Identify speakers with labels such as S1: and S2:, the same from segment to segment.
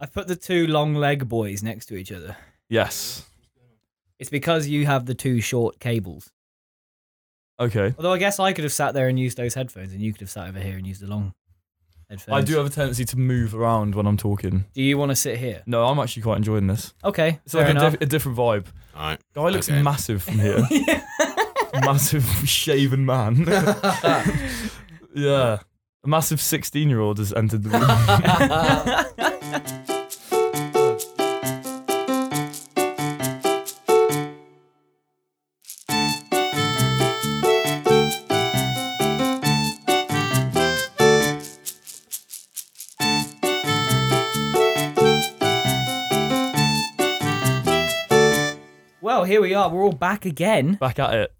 S1: I put the two long leg boys next to each other.
S2: Yes.
S1: It's because you have the two short cables.
S2: Okay.
S1: Although I guess I could have sat there and used those headphones, and you could have sat over here and used the long headphones.
S2: I do have a tendency to move around when I'm talking.
S1: Do you want to sit here?
S2: No, I'm actually quite enjoying this.
S1: Okay,
S2: It's
S1: fair
S2: like a,
S1: enough.
S2: diff- a different vibe.
S3: All right.
S2: Guy looks
S3: Okay.
S2: massive from here. massive shaven man. yeah. A massive 16 year old has entered the room.
S1: well, here we are. We're all back again
S2: Back at it.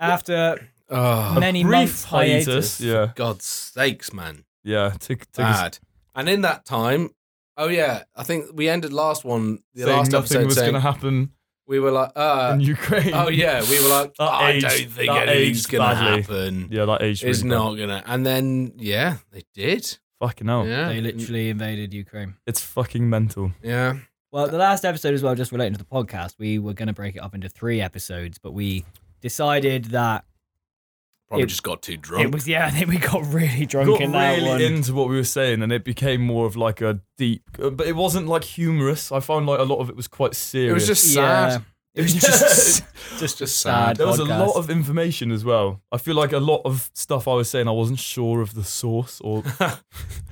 S1: after
S3: Oh,
S1: many months hiatus.
S2: Yeah.
S3: God's sakes, man.
S2: Yeah. Took, took us-
S3: Bad. And in that time, oh yeah, I think we ended last one, the
S2: saying
S3: last
S2: nothing
S3: episode
S2: was
S3: saying
S2: going to happen
S3: we were like, uh,
S2: in Ukraine.
S3: oh yeah, we were like,
S2: That
S3: I
S2: aged-
S3: don't think
S2: that
S3: anything's
S2: aged
S3: gonna
S2: badly.
S3: happen.
S2: Yeah, that age
S3: It's not gonna. And then yeah, they did.
S2: Fucking hell.
S3: Yeah,
S1: They literally invaded Ukraine.
S2: It's fucking mental.
S3: Yeah,
S1: Well, the last episode as well, just relating to the podcast, we were going to break it up into three episodes, but we decided that
S3: probably
S1: It-
S3: just got too drunk.
S1: it was yeah. I think we got really drunk
S2: Got
S1: in that
S2: really
S1: one.
S2: into what we were saying, and it became more of like a deep, uh, but it wasn't like humorous. I found like a lot of it was quite serious.
S3: It was just
S1: Yeah.
S3: sad.
S1: It was just
S3: Just just
S1: sad.
S2: There was a lot
S1: podcast.
S2: of information as well. I feel like a lot of stuff I was saying I wasn't sure of the source or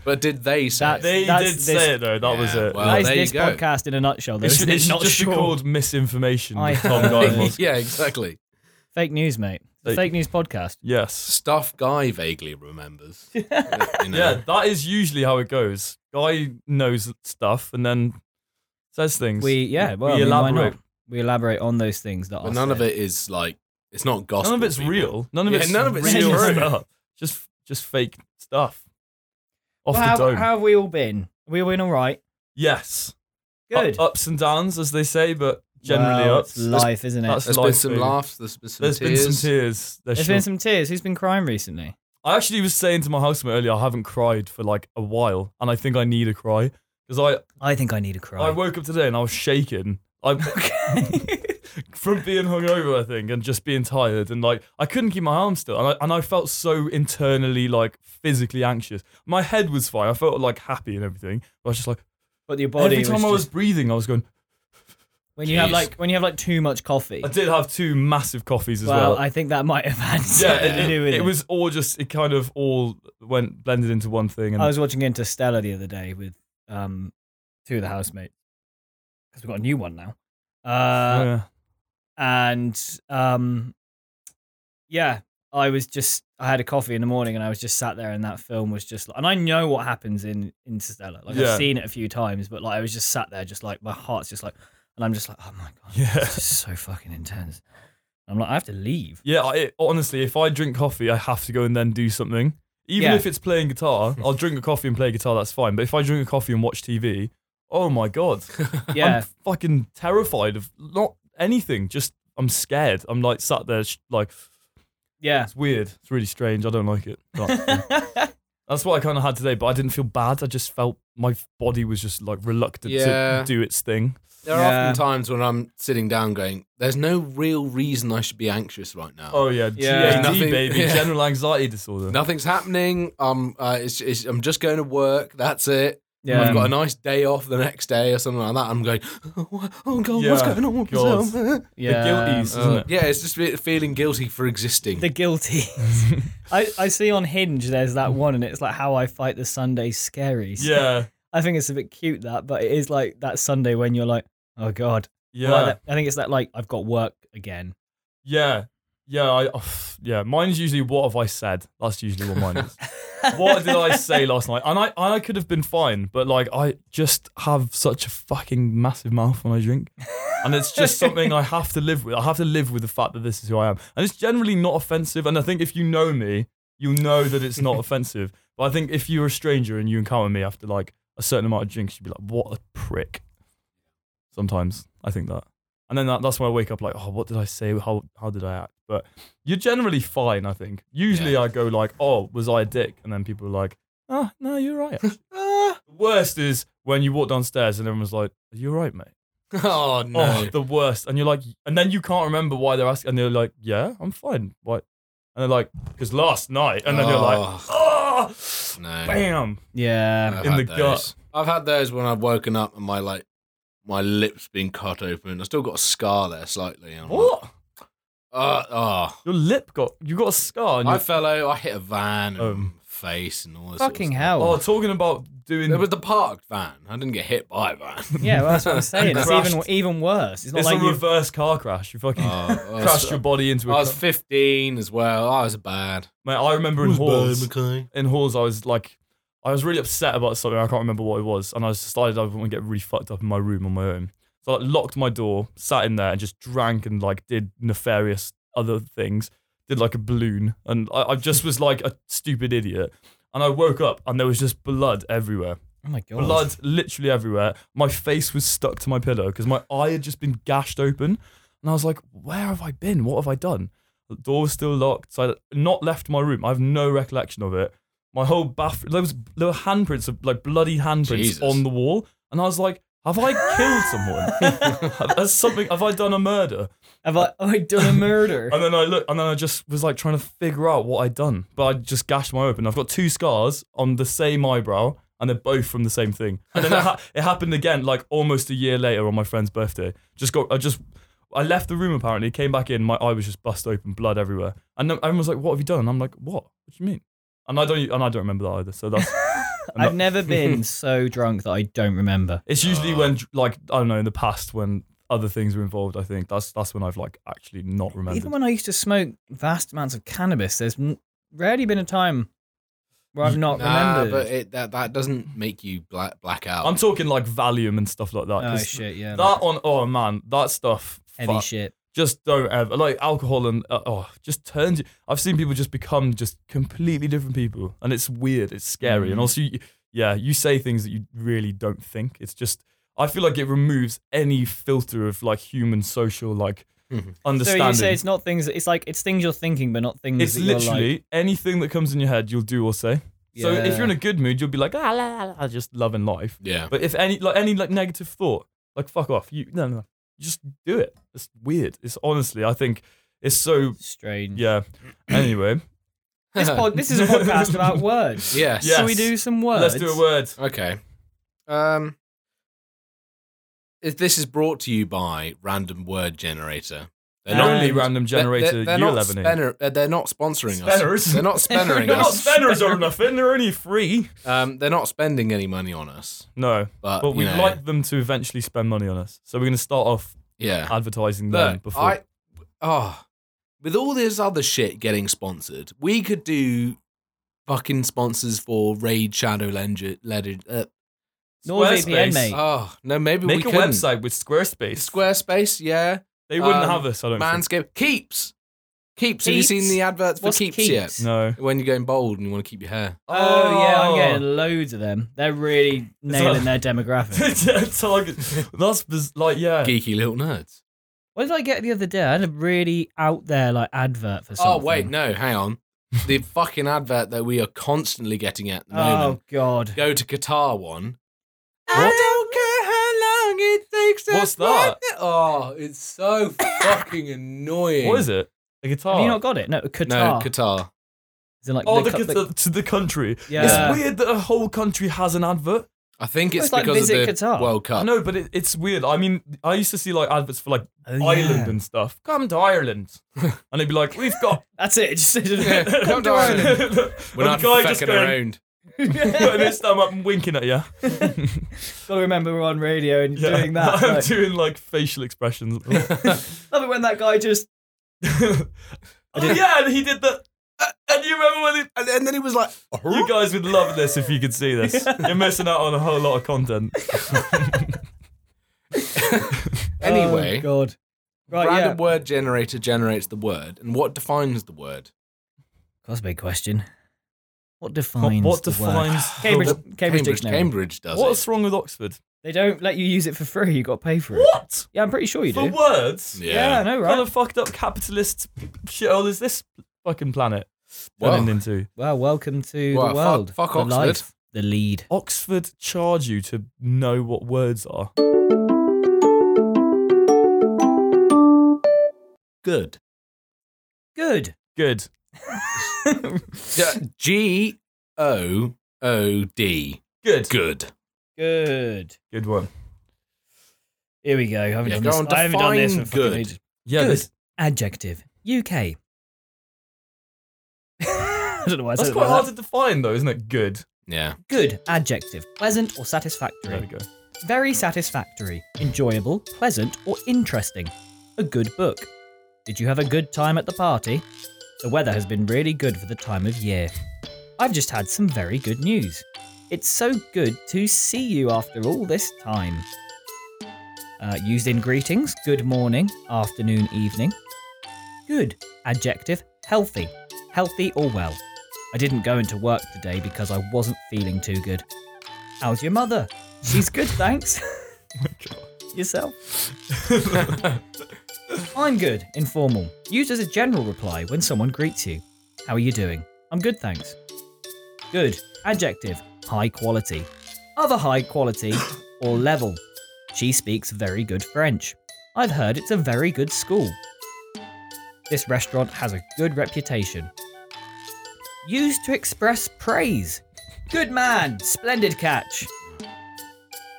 S3: But did they say?
S1: That-
S3: it?
S2: they
S1: That's
S2: did
S1: this-
S2: say it though. That was
S3: Yeah,
S2: it.
S3: well,
S1: that is
S3: there you
S1: this
S3: go.
S1: podcast in a nutshell. Though,
S2: It should,
S1: isn't it?
S2: it should
S1: Not
S2: just
S1: sure.
S2: be called misinformation.
S1: I
S2: with Tom
S1: heard.
S2: Guymos.
S3: yeah, exactly.
S1: fake news, mate. The
S2: Fake-
S1: fake news podcast.
S2: Yes.
S3: Stuff guy vaguely remembers. you know.
S2: Yeah, that is usually how it goes. Guy knows stuff and then says things.
S1: We yeah. Well,
S2: we
S1: I mean, why not?
S2: elaborate.
S1: We elaborate on those things that
S3: but
S1: are
S3: none of
S1: said.
S3: it is like it's not gospel.
S2: None of it's
S3: people.
S2: real. None of
S3: Yeah,
S2: it's
S3: none of it's
S2: real
S3: true.
S2: stuff. Just just fake stuff. Off
S1: Well, how,
S2: the dome.
S1: how have we all been? we all been all right?
S2: yes. U-
S1: Good.
S2: ups and downs, as they say, but Uh, generally
S1: Well,
S2: ups.
S1: It's life, isn't it?
S2: that's-
S3: There's been
S2: Life,
S3: some
S2: really.
S3: laughs. There's been some
S2: There's been
S3: tears.
S2: some tears. There
S1: There's
S2: sure-
S1: been some tears. Who's been crying recently?
S2: I actually was saying to my housemate earlier, I haven't cried for like a while, and I think I need a cry because
S1: I think I need a
S2: I
S1: cry.
S2: I woke up today and I was shaking. I from being hungover, I think, and just being tired, and like I couldn't keep my arms still, and I, and I felt so internally like physically anxious. My head was fine. I felt like happy and everything, but I was just like
S1: but your body.
S2: every time
S1: was
S2: I was
S1: just-
S2: breathing, I was going.
S1: when you have
S3: Jeez.
S1: like when you have like too much coffee.
S2: I did have two massive coffees as well.
S1: well, I think that might have had
S2: yeah,
S1: something
S2: it,
S1: to do with
S2: it,
S1: it.
S2: it was all just it kind of all went blended into one thing, and
S1: I was watching Interstellar the other day with um two of the housemates because we've got a new one now. Uh,
S2: yeah.
S1: and um yeah i was just i had a coffee in the morning and i was just sat there and that film was just like and i know what happens in interstellar like
S2: Yeah.
S1: i've seen it a few times but like i was just sat there just like my heart's just like and i'm just like oh my god
S2: Yeah.
S1: this is so fucking intense i'm like i have to leave
S2: Yeah, I, it- honestly, if I drink coffee, I have to go and then do something. Even
S1: Yeah.
S2: if it's playing guitar, I'll drink a coffee and play guitar, that's fine. But if I drink a coffee and watch TV, oh my God.
S1: yeah
S2: I'm fucking terrified of not anything. Just, I'm scared. I'm like sat there, sh- like,
S1: yeah
S2: it's weird. It's really strange. I don't like it. But- that's what I kind of had today, but I didn't feel bad. I just felt my f- body was just like reluctant
S3: Yeah.
S2: to do its thing.
S3: There are
S1: Yeah.
S3: often times when I'm sitting down going, there's no real reason I should be anxious right now.
S2: Oh, yeah.
S1: Yeah.
S2: GAD,
S3: Nothing-
S2: baby.
S3: yeah.
S2: General anxiety disorder.
S3: Nothing's happening. Um, uh, it's, it's, I'm just going to work. That's it.
S1: yeah
S3: I've got a nice day off the next day or something like that. I'm going, oh, oh God, what's
S2: Yeah,
S3: going on with
S2: God.
S3: myself?
S1: yeah
S2: guilties. Isn't
S3: Uh,
S2: it?
S3: yeah, it's just fe- feeling guilty for existing.
S1: the guilty I, I see on hinge there's that one and it's like how i fight the sunday scaries
S2: Mm. Yeah.
S1: I think it's a bit cute that, but it is like that Sunday when you're like, oh god.
S2: Yeah.
S1: Like that- I think it's that like I've got work again.
S2: Yeah. Yeah, I oh, yeah. Mine's usually what have I said? That's usually what mine is. what did I say last night? And I I could have been fine, but like I just have such a fucking massive mouth when I drink. And it's just something I have to live with. I have to live with the fact that this is who I am. And it's generally not offensive. And I think if you know me, you'll know that it's not offensive. But I think if you're a stranger and you encounter me after like a certain amount of drinks, you'd be like, what a prick. Sometimes I think that. And then that, that's when I wake up like, oh, what did I say? How, how did I act? But you're generally fine, I think. Usually I go like, oh, was I a dick? And then people are like, oh, no, you're "Ah, right. actually." The worst is when you walk downstairs and everyone's like, "Are you alright, mate?" Oh,
S3: Oh no.
S2: the worst. And you're like, and then you can't remember why they're asking. And they're like, "Yeah, I'm fine." Why? And they're like, "Because last night." And then you're like, "Oh,
S3: no.
S2: bam!"
S1: Yeah.
S3: I've
S2: in
S3: had
S2: the
S3: those.
S2: gut.
S3: Um, I've had those when I've woken up and my like my lips been cut open. I still got a scar there slightly. and I'm like,
S2: What?
S3: Uh, oh.
S2: Your lip got you got a scar. And
S3: I
S2: your,
S3: fell out. I hit a van and
S2: Um,
S3: face and all this. sort of
S1: Fucking
S3: stuff.
S1: hell.
S2: oh, talking about doing.
S3: It was the parked van. I didn't get hit by a van.
S1: yeah, well, that's what I'm saying. It's even
S2: Crashed.
S1: even worse. It's not
S2: it's
S1: like
S2: a
S1: you.
S2: reverse car crash. You fucking
S3: Oh, I was-
S2: crashed your body into a
S3: I was
S2: car.
S3: 15 as well. I was bad.
S2: Mate, I remember in halls.
S3: okay.
S2: in halls, I was like, I was really upset about something. I can't remember what it was, and I was decided I wouldn't get really fucked up in my room on my own. So I like, locked my door, sat in there, and just drank and like did nefarious other things. Did like a balloon, and I, I just was like a stupid idiot. And I woke up, and there was just blood everywhere.
S1: Oh my god.
S2: Blood literally everywhere. My face was stuck to my pillow because my eye had just been gashed open. And I was like, where have I been? What have I done? The door was still locked. So I'd not left my room. I have no recollection of it. My whole bathroom, there was there were handprints of like bloody handprints
S3: Jesus.
S2: on the wall. And I was like, have I killed someone? Have- Has something, have I done a murder?
S1: Have I, have I done a murder?
S2: And then I look, and then I just was like trying to figure out what I'd done, but I just gashed my open. I've got two scars on the same eyebrow, and they're both from the same thing. And then it, ha- it happened again, like almost a year later on my friend's birthday. Just got, I just, I left the room apparently, came back in, my eye was just bust open, blood everywhere, and then everyone was like, "What have you done?" And I'm like, "What? What do you mean?" And I don't, and I don't remember that either. So that's
S1: I've never been so drunk that I don't remember.
S2: it's usually when, like, I don't know, in the past when other things were involved. I think that's that's when I've like actually not remembered.
S1: Even when I used to smoke vast amounts of cannabis, there's n- rarely been a time where I've not
S3: Nah,
S1: remembered.
S3: but it, that that doesn't make you black black out.
S2: I'm talking like Valium and stuff like that.
S1: oh
S2: 'cause
S1: shit, yeah.
S2: That
S1: like
S2: on, oh man, that stuff.
S1: heavy
S2: fuck.
S1: shit.
S2: Just don't ever like alcohol and uh, oh, just turns. you- I've seen people just become just completely different people, and it's weird. It's scary, and
S1: Mhm.
S2: also, you, yeah, you say things that you really don't think. It's just, I feel like it removes any filter of like human social like
S3: Mhm.
S1: So
S2: understanding.
S1: you say it's not things. It's like it's things you're thinking, but not things.
S2: it's
S1: that you're like-
S2: literally anything that comes in your head, you'll do or say. So if you're in a good mood, you'll be like, ah, la, la, la, just loving life.
S3: yeah.
S2: But if any like any like negative thought, like fuck off. You no no, no. You just do it. It's weird. It's honestly, I think it's so
S1: strange.
S2: yeah. Anyway,
S1: This, pod, this is a podcast about words.
S3: yes.
S2: Yeah.
S1: Shall we
S2: Yes.
S1: do some words?
S2: let's do a word.
S3: Okay. Um. if This is brought to you by Random Word Generator. They're
S1: And-
S2: Only random
S3: they're-
S2: generator
S3: they're, they're
S2: year
S3: not
S2: 11 is.
S3: spanner- uh, They're not sponsoring
S2: Spanners.
S3: us. They're not spannering
S2: They're not
S3: us.
S2: spanners or nothing. They're only free.
S3: Um, they're not spending any money on us.
S2: No,
S3: But,
S2: but
S3: you
S2: we'd
S3: know,
S2: like them to eventually spend money on us. So we're going to start off
S3: yeah.
S2: advertising them
S3: Look,
S2: before.
S3: I, oh, with all this other shit getting sponsored, we could do fucking sponsors for Raid Shadow Legend. Legend uh,
S1: NordVPN,
S2: Squarespace.
S1: mate.
S3: oh no, maybe we
S2: Make a
S3: couldn't.
S2: website with Squarespace.
S3: Squarespace, yeah.
S2: they wouldn't
S3: um,
S2: have us. I don't
S3: Manscaped, keeps, keeps. Have you
S1: Keeps?
S3: seen the adverts for
S1: What's
S3: keeps,
S1: Keeps?
S3: yet?
S2: think. No.
S3: When you're going bald and you want to keep your hair.
S1: Oh yeah, I'm getting loads of them. They're really nailing their demographic.
S2: Target. That's biz- like yeah.
S3: Geeky little nerds.
S1: What did I get the other day? I had a really out there like advert for
S3: Oh
S1: something.
S3: wait, no, hang on. the fucking advert that we are constantly getting at the moment.
S1: Oh god.
S3: Go to Qatar one.
S2: What?
S3: don't care how long it takes. to
S2: What's that?
S3: find it- Oh, it's so fucking annoying.
S2: What is it? A guitar.
S1: Have you not got it? No, Qatar.
S3: No, Qatar.
S1: Is it like
S2: Oh, the,
S1: cu-
S2: the, to the country.
S1: Yeah. Oh,
S2: It's weird that a whole country has an advert.
S3: I think
S1: Well,
S3: it's,
S1: it's like
S3: because
S1: Visit
S3: of the
S1: Qatar.
S3: World
S2: I
S3: Cup.
S2: know, but it, it's weird. I mean, I used to see like adverts for like
S1: Oh, yeah.
S2: Ireland and stuff. Come to Ireland, and they'd be like, "We've got."
S1: That's it. Just,
S3: Yeah, come to Ireland. We're
S2: And
S3: not
S2: the guy just
S3: fucking
S2: going,
S3: around.
S2: putting his thumb up and winking at you.
S1: Gotta remember we're on radio and
S2: Yeah.
S1: doing that.
S2: I'm
S1: Like,
S2: doing like facial expressions.
S1: love it when that guy just
S2: oh, yeah, and he did the. uh, And you remember when he,
S3: And, and then he was like, "Oh."
S2: You guys would love this if you could see this. You're missing out on a whole lot of content.
S1: Oh,
S3: anyway,
S1: God. Right,
S3: random
S1: yeah.
S3: word generator generates the word. And what defines the word?
S1: That's a big question. What defines
S2: what
S1: the word?
S2: defines the
S1: Cambridge,
S2: word?
S1: Cambridge,
S3: Cambridge,
S1: Dictionary?
S3: Cambridge does
S2: What's wrong with Oxford?
S1: They don't let you use it for free. You got to pay for it.
S2: What?
S1: Yeah, I'm pretty sure you
S2: For
S1: do.
S2: words?
S3: it.
S1: Yeah, I know,
S2: What
S1: right?
S2: kind of fucked up capitalist shithole is this fucking planet
S3: Well,
S2: turning into?
S1: Well, welcome to
S3: Well,
S1: the
S3: fuck-
S1: world.
S3: fuck
S1: the
S3: Oxford.
S1: life. the lead.
S2: Oxford charge you to know what words are.
S3: Good.
S1: Good.
S2: Good.
S3: G O O D.
S2: Good.
S3: Good.
S1: Good.
S2: Good one.
S1: Here we go. I haven't,
S3: Yeah,
S1: done,
S3: go
S1: this.
S3: on,
S1: I haven't done this
S3: define
S1: in fucking
S3: good.
S1: ages.
S2: Yeah,
S1: Good.
S2: this-
S1: Adjective. UK. I don't know why I said
S2: that's
S1: it
S2: quite
S1: like
S2: hard
S1: that.
S2: to define, though, isn't it? Good.
S3: Yeah.
S1: Good. Adjective. Pleasant or satisfactory.
S2: There we go.
S1: Very satisfactory, enjoyable, pleasant, or interesting. A good book. Did you have a good time at the party? The weather has been really good for the time of year. I've just had some very good news. It's so good to see you after all this time. Uh, used in greetings, good morning, afternoon, evening. Good. Adjective, healthy. Healthy or well. I didn't go into work today because I wasn't feeling too good. How's your mother? She's good, thanks. Yourself? I'm good, informal. Used as a general reply when someone greets you. How are you doing? I'm good, thanks. Good. Adjective. High quality. Other high quality or level. She speaks very good French. I've heard it's a very good school. This restaurant has a good reputation. Used to express praise. Good man. Splendid catch.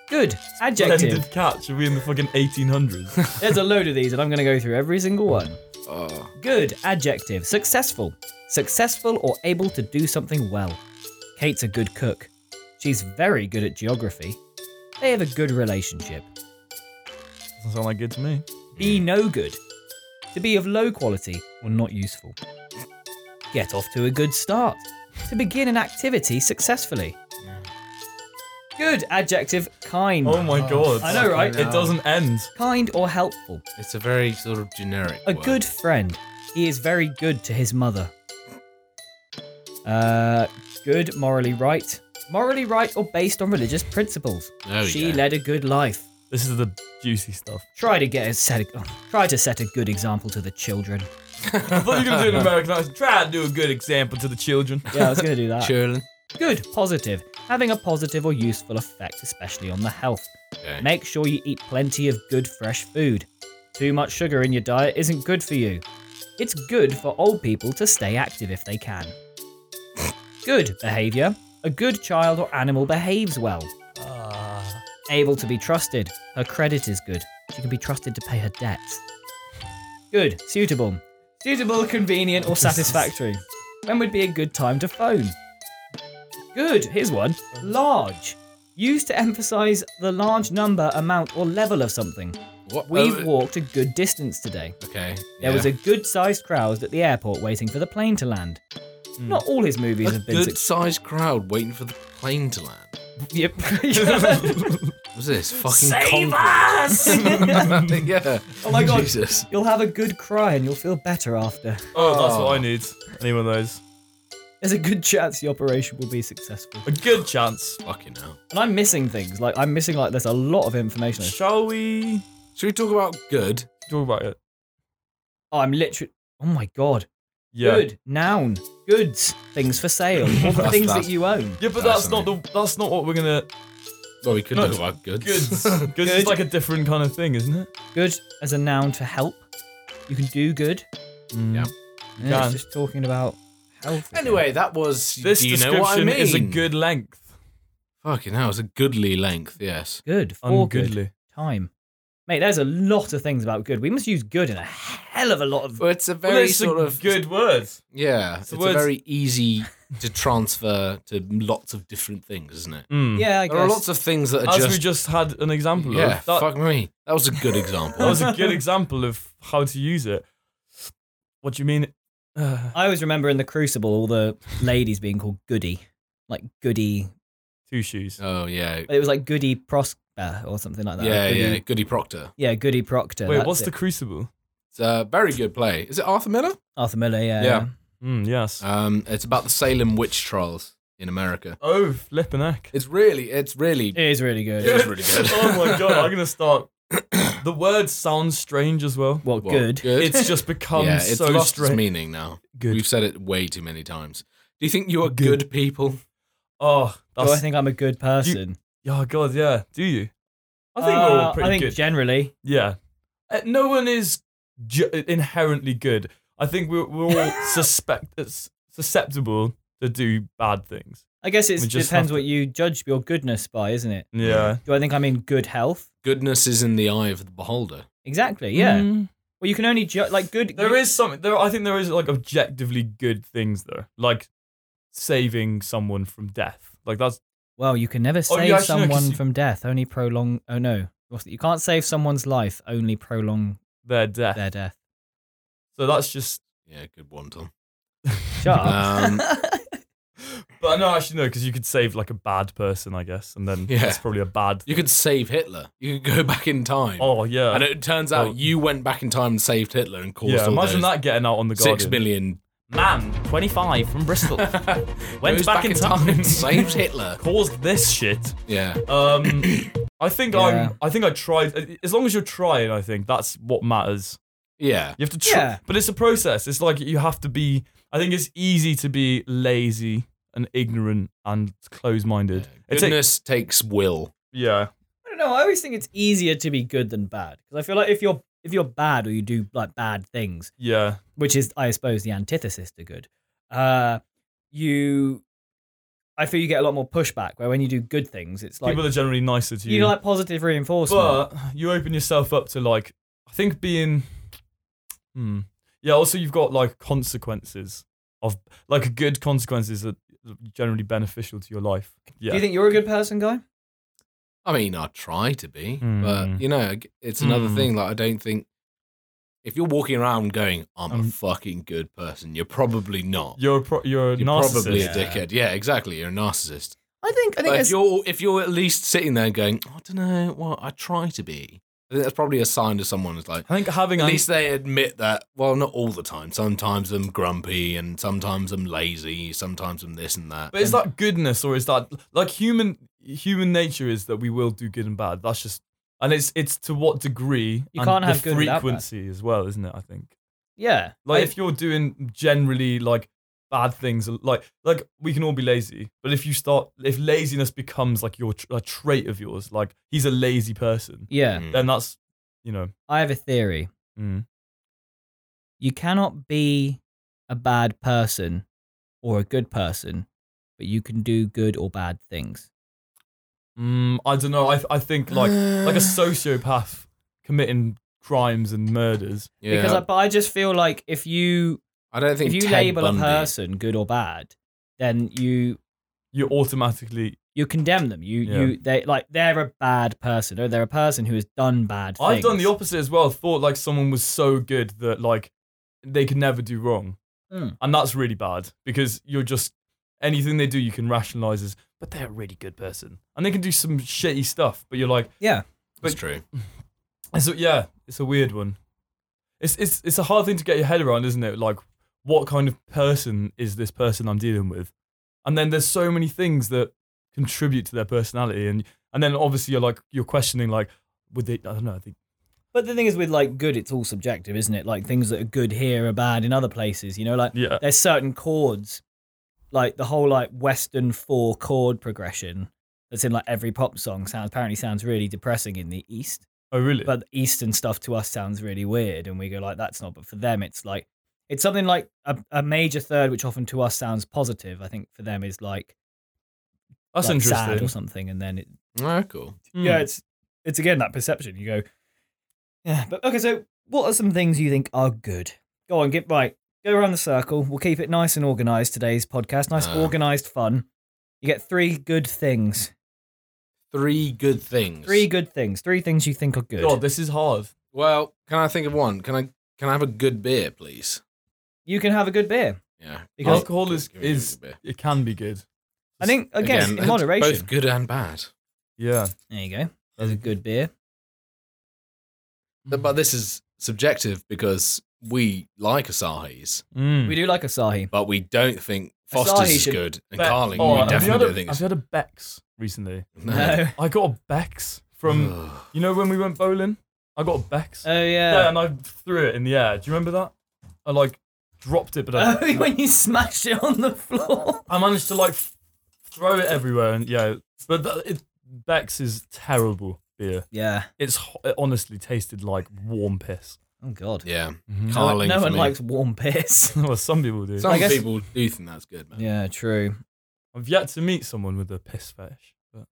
S1: Good. Adjective.
S2: Splendid catch. Are we in the fucking 1800s?
S1: There's a load of these, and I'm going to go through every single one.
S3: Oh.
S1: Good adjective. Successful. Successful or able to do something well. Kate's a good cook. She's very good at geography. They have a good relationship.
S2: Doesn't sound like good to me.
S1: Be no good. To be of low quality or not useful. Get off to a good start. To begin an activity successfully. Good adjective. Kind.
S2: Oh my god.
S1: I know, right?
S2: It doesn't end.
S1: Kind or helpful.
S3: It's a very sort of generic.
S1: A
S3: word.
S1: good friend. He is very good to his mother. Uh, good, morally right. Morally right or based on religious principles.
S3: There we
S1: she
S3: go.
S1: led a good life.
S2: This is the juicy stuff.
S1: Try to get a set. oh, try to set a good example to the children.
S2: I thought you were going to do an American accent. Try to do a good example to the children.
S1: Yeah, I was gonna do that.
S3: Children.
S1: Good, positive. Having a positive or useful effect, especially on the health.
S3: Okay.
S1: Make sure you eat plenty of good fresh food. Too much sugar in your diet isn't good for you. It's good for old people to stay active if they can. good behavior. A good child or animal behaves well. Able to be trusted. Her credit is good. She can be trusted to pay her debts. Good, suitable. Suitable, convenient, or satisfactory. When would be a good time to phone? Good, here's one. Large. Used to emphasize the large number, amount, or level of something.
S3: What?
S1: We've
S3: oh,
S1: walked a good distance today.
S3: okay.
S1: There was a good sized crowd at the airport waiting for the plane to land. Not all his movies
S3: Hmm. a
S1: have been
S3: good sized crowd waiting for the plane to land.
S1: successful.
S3: Was this fucking
S1: Save
S3: concrete?
S1: us!
S3: yeah.
S1: Oh my God.
S3: Jesus.
S1: You'll have a good cry and you'll feel better after.
S2: Oh, that's what I need. Any one of those.
S1: There's a good chance the operation will be successful.
S2: A good chance.
S3: Fucking hell.
S1: And I'm missing things. Like I'm missing like there's a lot of information.
S2: Shall we
S3: Should we talk about good?
S2: talk about it?
S1: Oh, I'm literally. Oh my god.
S2: Yeah.
S1: Good noun. Goods. Things for sale. All the
S3: That's
S1: things
S3: that.
S1: that you own.
S2: Yeah, but
S3: That's
S2: that's not the that's not what we're gonna
S3: Well, we could
S2: No,
S3: talk about goods.
S2: goods. Goods is
S1: Good.
S2: like a different kind of thing, isn't it?
S1: Good as a noun to help. You can do good.
S2: Mm.
S3: Yeah.
S1: Yeah,
S2: Can.
S1: it's just talking about health. again.
S3: anyway, that was.
S2: This
S3: do you know
S2: description
S3: what I mean?
S2: is a good length.
S3: Fucking hell, it's a goodly length, yes.
S1: Good. For good.
S2: Ungoodly.
S1: Time. Mate, there's a lot of things about good. We must use good in a hell of a lot of.
S3: Well, it's a
S2: Well,
S3: very
S2: it's
S3: sort
S2: a
S3: of
S2: good word.
S3: Yeah, it's,
S2: the
S3: a
S2: words-
S3: very easy to transfer to lots of different things, isn't it?
S1: Mm. Yeah, I
S3: There are
S1: guess.
S3: lots of things that are
S2: As we
S3: Mm. just,
S2: just had an example
S3: yeah.
S2: of. That,
S3: fuck me, that was a good
S2: that
S3: example.
S2: was a good example of how to use it. What do you mean? Uh,
S1: I always remember in the Crucible all the ladies being called Goody, like Goody.
S2: two shoes.
S3: oh yeah,
S1: It was like Goody Prosper or something like that.
S3: yeah,
S1: Goody,
S3: yeah. Goody Proctor.
S1: yeah, Goody Proctor.
S2: Wait,
S1: that's
S2: what's
S1: it.
S2: the crucible?
S3: It's a very good play. Is it Arthur Miller?
S1: Arthur Miller? Yeah.
S3: Yeah.
S2: Mm, yes.
S3: Um, it's about the Salem witch trials in America.
S2: oh, flippin' heck.
S3: It's really, it's really,
S1: it is really good.
S3: it is really good.
S2: oh my god, I'm gonna start. The word sounds strange as well.
S1: Well,
S3: What,
S1: good.
S2: It's just become
S3: yeah, it's
S2: so
S3: lost its
S2: strange.
S3: meaning now.
S2: Good.
S3: We've said it way too many times. Do you think you are good, people?
S2: Oh,
S1: Do I
S2: That's-
S1: think I'm a good person?
S2: Yeah, oh, God, yeah. Do you? I think we're all
S1: Uh,
S2: pretty
S1: I think
S2: good.
S1: generally.
S2: yeah. Uh, No one is ju- uh, inherently good. I think we're, we're all suspect it's susceptible to do bad things.
S1: I guess it
S2: We just have
S1: depends
S2: to-
S1: what you judge your goodness by, isn't it?
S2: Yeah.
S1: Do I think I'm in good health?
S3: Goodness is in the eye of the beholder.
S1: Exactly. Yeah.
S2: Mm.
S1: Well, you can only judge like good.
S2: Hmm. There is something there I think there is like objectively good things though. Like saving someone from death. Like that's
S1: Well, you can never
S2: Oh,
S1: save
S2: yeah, actually, no, 'cause
S1: someone
S2: you-
S1: from death. Only prolong. Oh no, What's that? you can't save someone's life. Only prolong
S2: their death.
S1: their death.
S2: So that's just
S3: Yeah, good one, Tom.
S1: Shut up.
S3: Um,
S2: But no, actually no, because you could save like a bad person, I guess, and then
S3: Yeah.
S2: it's probably a bad
S3: you could save Hitler. You could go back in time.
S2: Oh yeah.
S3: And it turns out
S2: Oh.
S3: you went back in time and saved Hitler and caused
S2: yeah,
S3: all
S2: imagine
S3: those
S2: that getting out on the Guardian.
S3: six million.
S2: Man, 25 from Bristol. Went
S3: Goes
S2: back in time.
S3: and saved Hitler.
S2: Caused this shit.
S3: Yeah,
S2: Um, I think
S1: Yeah.
S2: I'm. I think I tried. As long as you're trying, I think that's what matters.
S3: yeah.
S2: You have to try,
S1: Yeah.
S2: but it's a process. It's like you have to be. I think it's easy to be lazy and ignorant and close-minded. It's a-
S3: Goodness takes will.
S2: yeah.
S1: I don't know. I always think it's easier to be good than bad because I feel like if you're if you're bad or you do like bad things,
S2: Yeah.
S1: which is I suppose the antithesis to good. Uh, you, I feel you get a lot more pushback. Where when you do good things, it's like
S2: People are generally nicer to you.
S1: you like positive reinforcement.
S2: but you open yourself up to like. I think being. Hmm. Yeah. Also, you've got like consequences of like good consequences that are generally beneficial to your life. Yeah.
S1: Do you think you're a good person, guy?
S3: I mean, I try to be,
S2: Hmm.
S3: but you know, it's another
S2: Hmm.
S3: thing. Like, I don't think if you're walking around going, "I'm a
S2: Um,
S3: fucking good person," you're probably not.
S2: You're a pro- you're a
S3: You're
S2: narcissist.
S3: probably a
S1: narcissist.
S3: dickhead. Yeah, exactly. You're a narcissist.
S1: I think I think
S3: But if
S1: it's,
S3: you're if you're at least sitting there going, I don't know what I try to be. I think that's probably a sign to someone who's like.
S2: I think having
S3: At
S2: an-
S3: least they admit that. Well, not all the time. Sometimes I'm grumpy, and sometimes I'm lazy. Sometimes I'm this and that.
S2: but is that goodness or is that like human human nature is that we will do good and bad. That's just and it's it's to what degree
S1: You
S2: and
S1: can't
S2: the
S1: have good without bad.
S2: frequency as well, isn't it? I think
S1: yeah.
S2: like
S1: I-
S2: if you're doing generally like bad things, like like we can all be lazy, but if you start if laziness becomes like your tr- a trait of yours, like he's a lazy person,
S1: yeah,
S3: Mm.
S2: then that's you know
S1: I have a theory.
S2: mm,
S1: You cannot be a bad person or a good person, but you can do good or bad things.
S2: mm, I don't know. I I think like like a sociopath committing crimes and murders.
S3: yeah.
S1: Because I, but I just feel like if you
S3: I don't think
S1: if you
S3: Ted
S1: label
S3: Bundy-
S1: a person good or bad, then you
S2: you automatically.
S1: you condemn them. You
S2: Yeah.
S1: you they like they're a bad person or they're a person who has done bad things.
S2: I've done the opposite as well. Thought like someone was so good that like they could never do wrong,
S1: Mm.
S2: and that's really bad because you're just anything they do you can rationalize as. But they're a really good person, and they can do some shitty stuff. But you're like,
S1: Yeah.
S3: That's true.
S2: it's a, yeah, it's a weird one. It's it's it's a hard thing to get your head around, isn't it? Like, what kind of person is this person I'm dealing with? And then there's so many things that contribute to their personality, and and then obviously you're like you're questioning like, would they? I don't know. I think
S1: But the thing is with like good, it's all subjective, isn't it? Like things that are good here are bad in other places. You know, like
S2: yeah.
S1: there's certain chords, like the whole like Western four chord progression that's in like every pop song sounds apparently sounds really depressing in the East.
S2: Oh really?
S1: But the Eastern stuff to us sounds really weird, and we go like that's not. But for them, it's like it's something like a, a major third, which often to us sounds positive. I think for them is like
S2: That's
S1: like, sad
S2: interesting.
S1: or something, and then it,
S3: Oh, cool.
S2: Hmm.
S1: yeah, it's it's again that perception. You go, yeah, but okay. So, what are some things you think are good? Go on, get right. Go around the circle. We'll keep it nice and organized today's podcast. Nice,
S3: Uh.
S1: organized, fun. You get three good things.
S3: Three good things.
S1: Three good things. Three things you think are good.
S2: God, this is hard.
S3: Well, can I think of one? Can I can I have a good beer, please?
S1: You can have a good beer.
S3: Yeah.
S1: Because-
S2: Alcohol is-
S3: Give me a good
S2: is-
S3: beer.
S2: It can be good.
S1: I think again, in
S3: it's
S1: moderation.
S3: Both good and bad.
S2: Yeah.
S1: There you go. There's a good beer.
S3: Th- But this is subjective because we like Asahi's,
S2: Mm.
S1: We do like Asahi.
S3: but we don't think Foster's
S1: Asahi
S3: is
S1: should-
S3: good and
S2: Be-
S3: Carling
S2: Oh,
S3: we
S2: have you had
S3: definitely
S2: a,
S3: don't think
S2: have
S3: is
S2: you had a Bex recently?
S1: No.
S2: I got a Bex from
S3: Ugh.
S2: you know when we went bowling. I got a Bex.
S1: Oh
S2: Uh, yeah,
S3: Um,
S1: yeah.
S2: and I threw it in the air. Do you remember that? I like dropped it, but I,
S1: Oh, when you smashed it on the floor.
S2: I managed to like f- throw it everywhere, and yeah. But that, it, Beck's is terrible beer.
S1: Yeah.
S2: It's ho- it honestly tasted like warm piss.
S1: Oh god.
S3: Yeah,
S2: Mhm.
S1: No,
S3: Carling
S1: no
S3: for
S1: one
S3: me.
S1: likes warm piss.
S2: well, some people do.
S3: Mm-hmm. Some
S1: I guess-
S3: people do think that's good, man.
S1: yeah, true.
S2: I've yet to meet someone with a piss fetish, but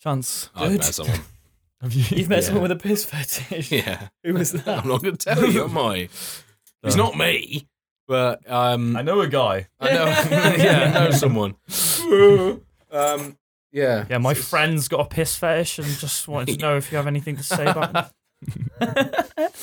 S2: chance.
S3: I've
S1: Good.
S3: met someone.
S2: Have you?
S1: You've met
S3: Yeah.
S1: someone with a piss fetish.
S3: Yeah,
S1: Who was that?
S3: I'm not gonna tell you, am I? It's
S2: No.
S3: not me, but um,
S2: I know a guy.
S3: I know, yeah, I know someone. um, yeah,
S2: Yeah, my friend's got a piss fetish and just wanted to know if you have anything to say about it.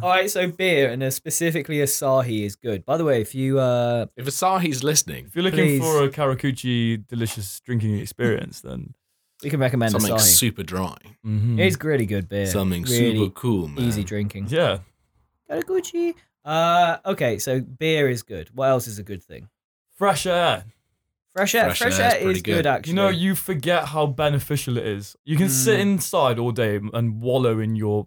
S1: All right, so beer and uh, specifically Asahi is good. By the way, if you uh
S3: If Asahi's listening,
S2: If you're looking
S1: Please.
S2: for a Karakuchi delicious drinking experience, then
S1: we can recommend
S3: something
S1: Asahi.
S3: super dry,
S2: Mm-hmm.
S1: it's really good beer.
S3: something
S1: really
S3: super cool, man.
S1: easy drinking.
S2: yeah,
S1: Karaguchi. Uh okay, so beer is good. What else is a good thing?
S2: fresh air.
S1: Fresh air.
S3: Fresh
S1: Fresh,
S3: air's
S1: air
S3: pretty
S1: is good,
S3: good.
S1: actually.
S2: You know, you forget how beneficial it is. You can sit
S1: Mm.
S2: inside all day and wallow in your